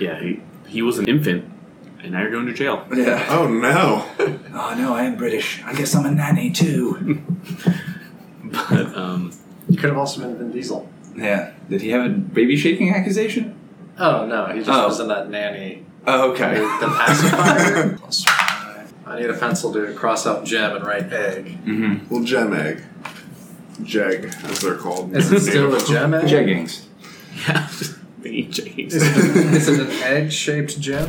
C: yeah, he, he was an infant, and now you're going to jail.
D: Yeah.
F: Oh no!
D: Oh no, I am British. I guess I'm a nanny too.
C: But, um,
E: You could have also been Vin Diesel.
D: yeah. Did he have a baby shaking accusation?
E: Oh no, he just
D: Oh.
E: was in that nanny.
D: Oh, okay.
E: The pacifier. I need a pencil to cross out gem and write egg.
D: mm-hmm.
F: Well, gem egg, jeg as they're called.
E: Is it still a gem egg?
D: Jeggings.
C: yeah, just, he- he-
E: Is it, is it an egg shaped gem?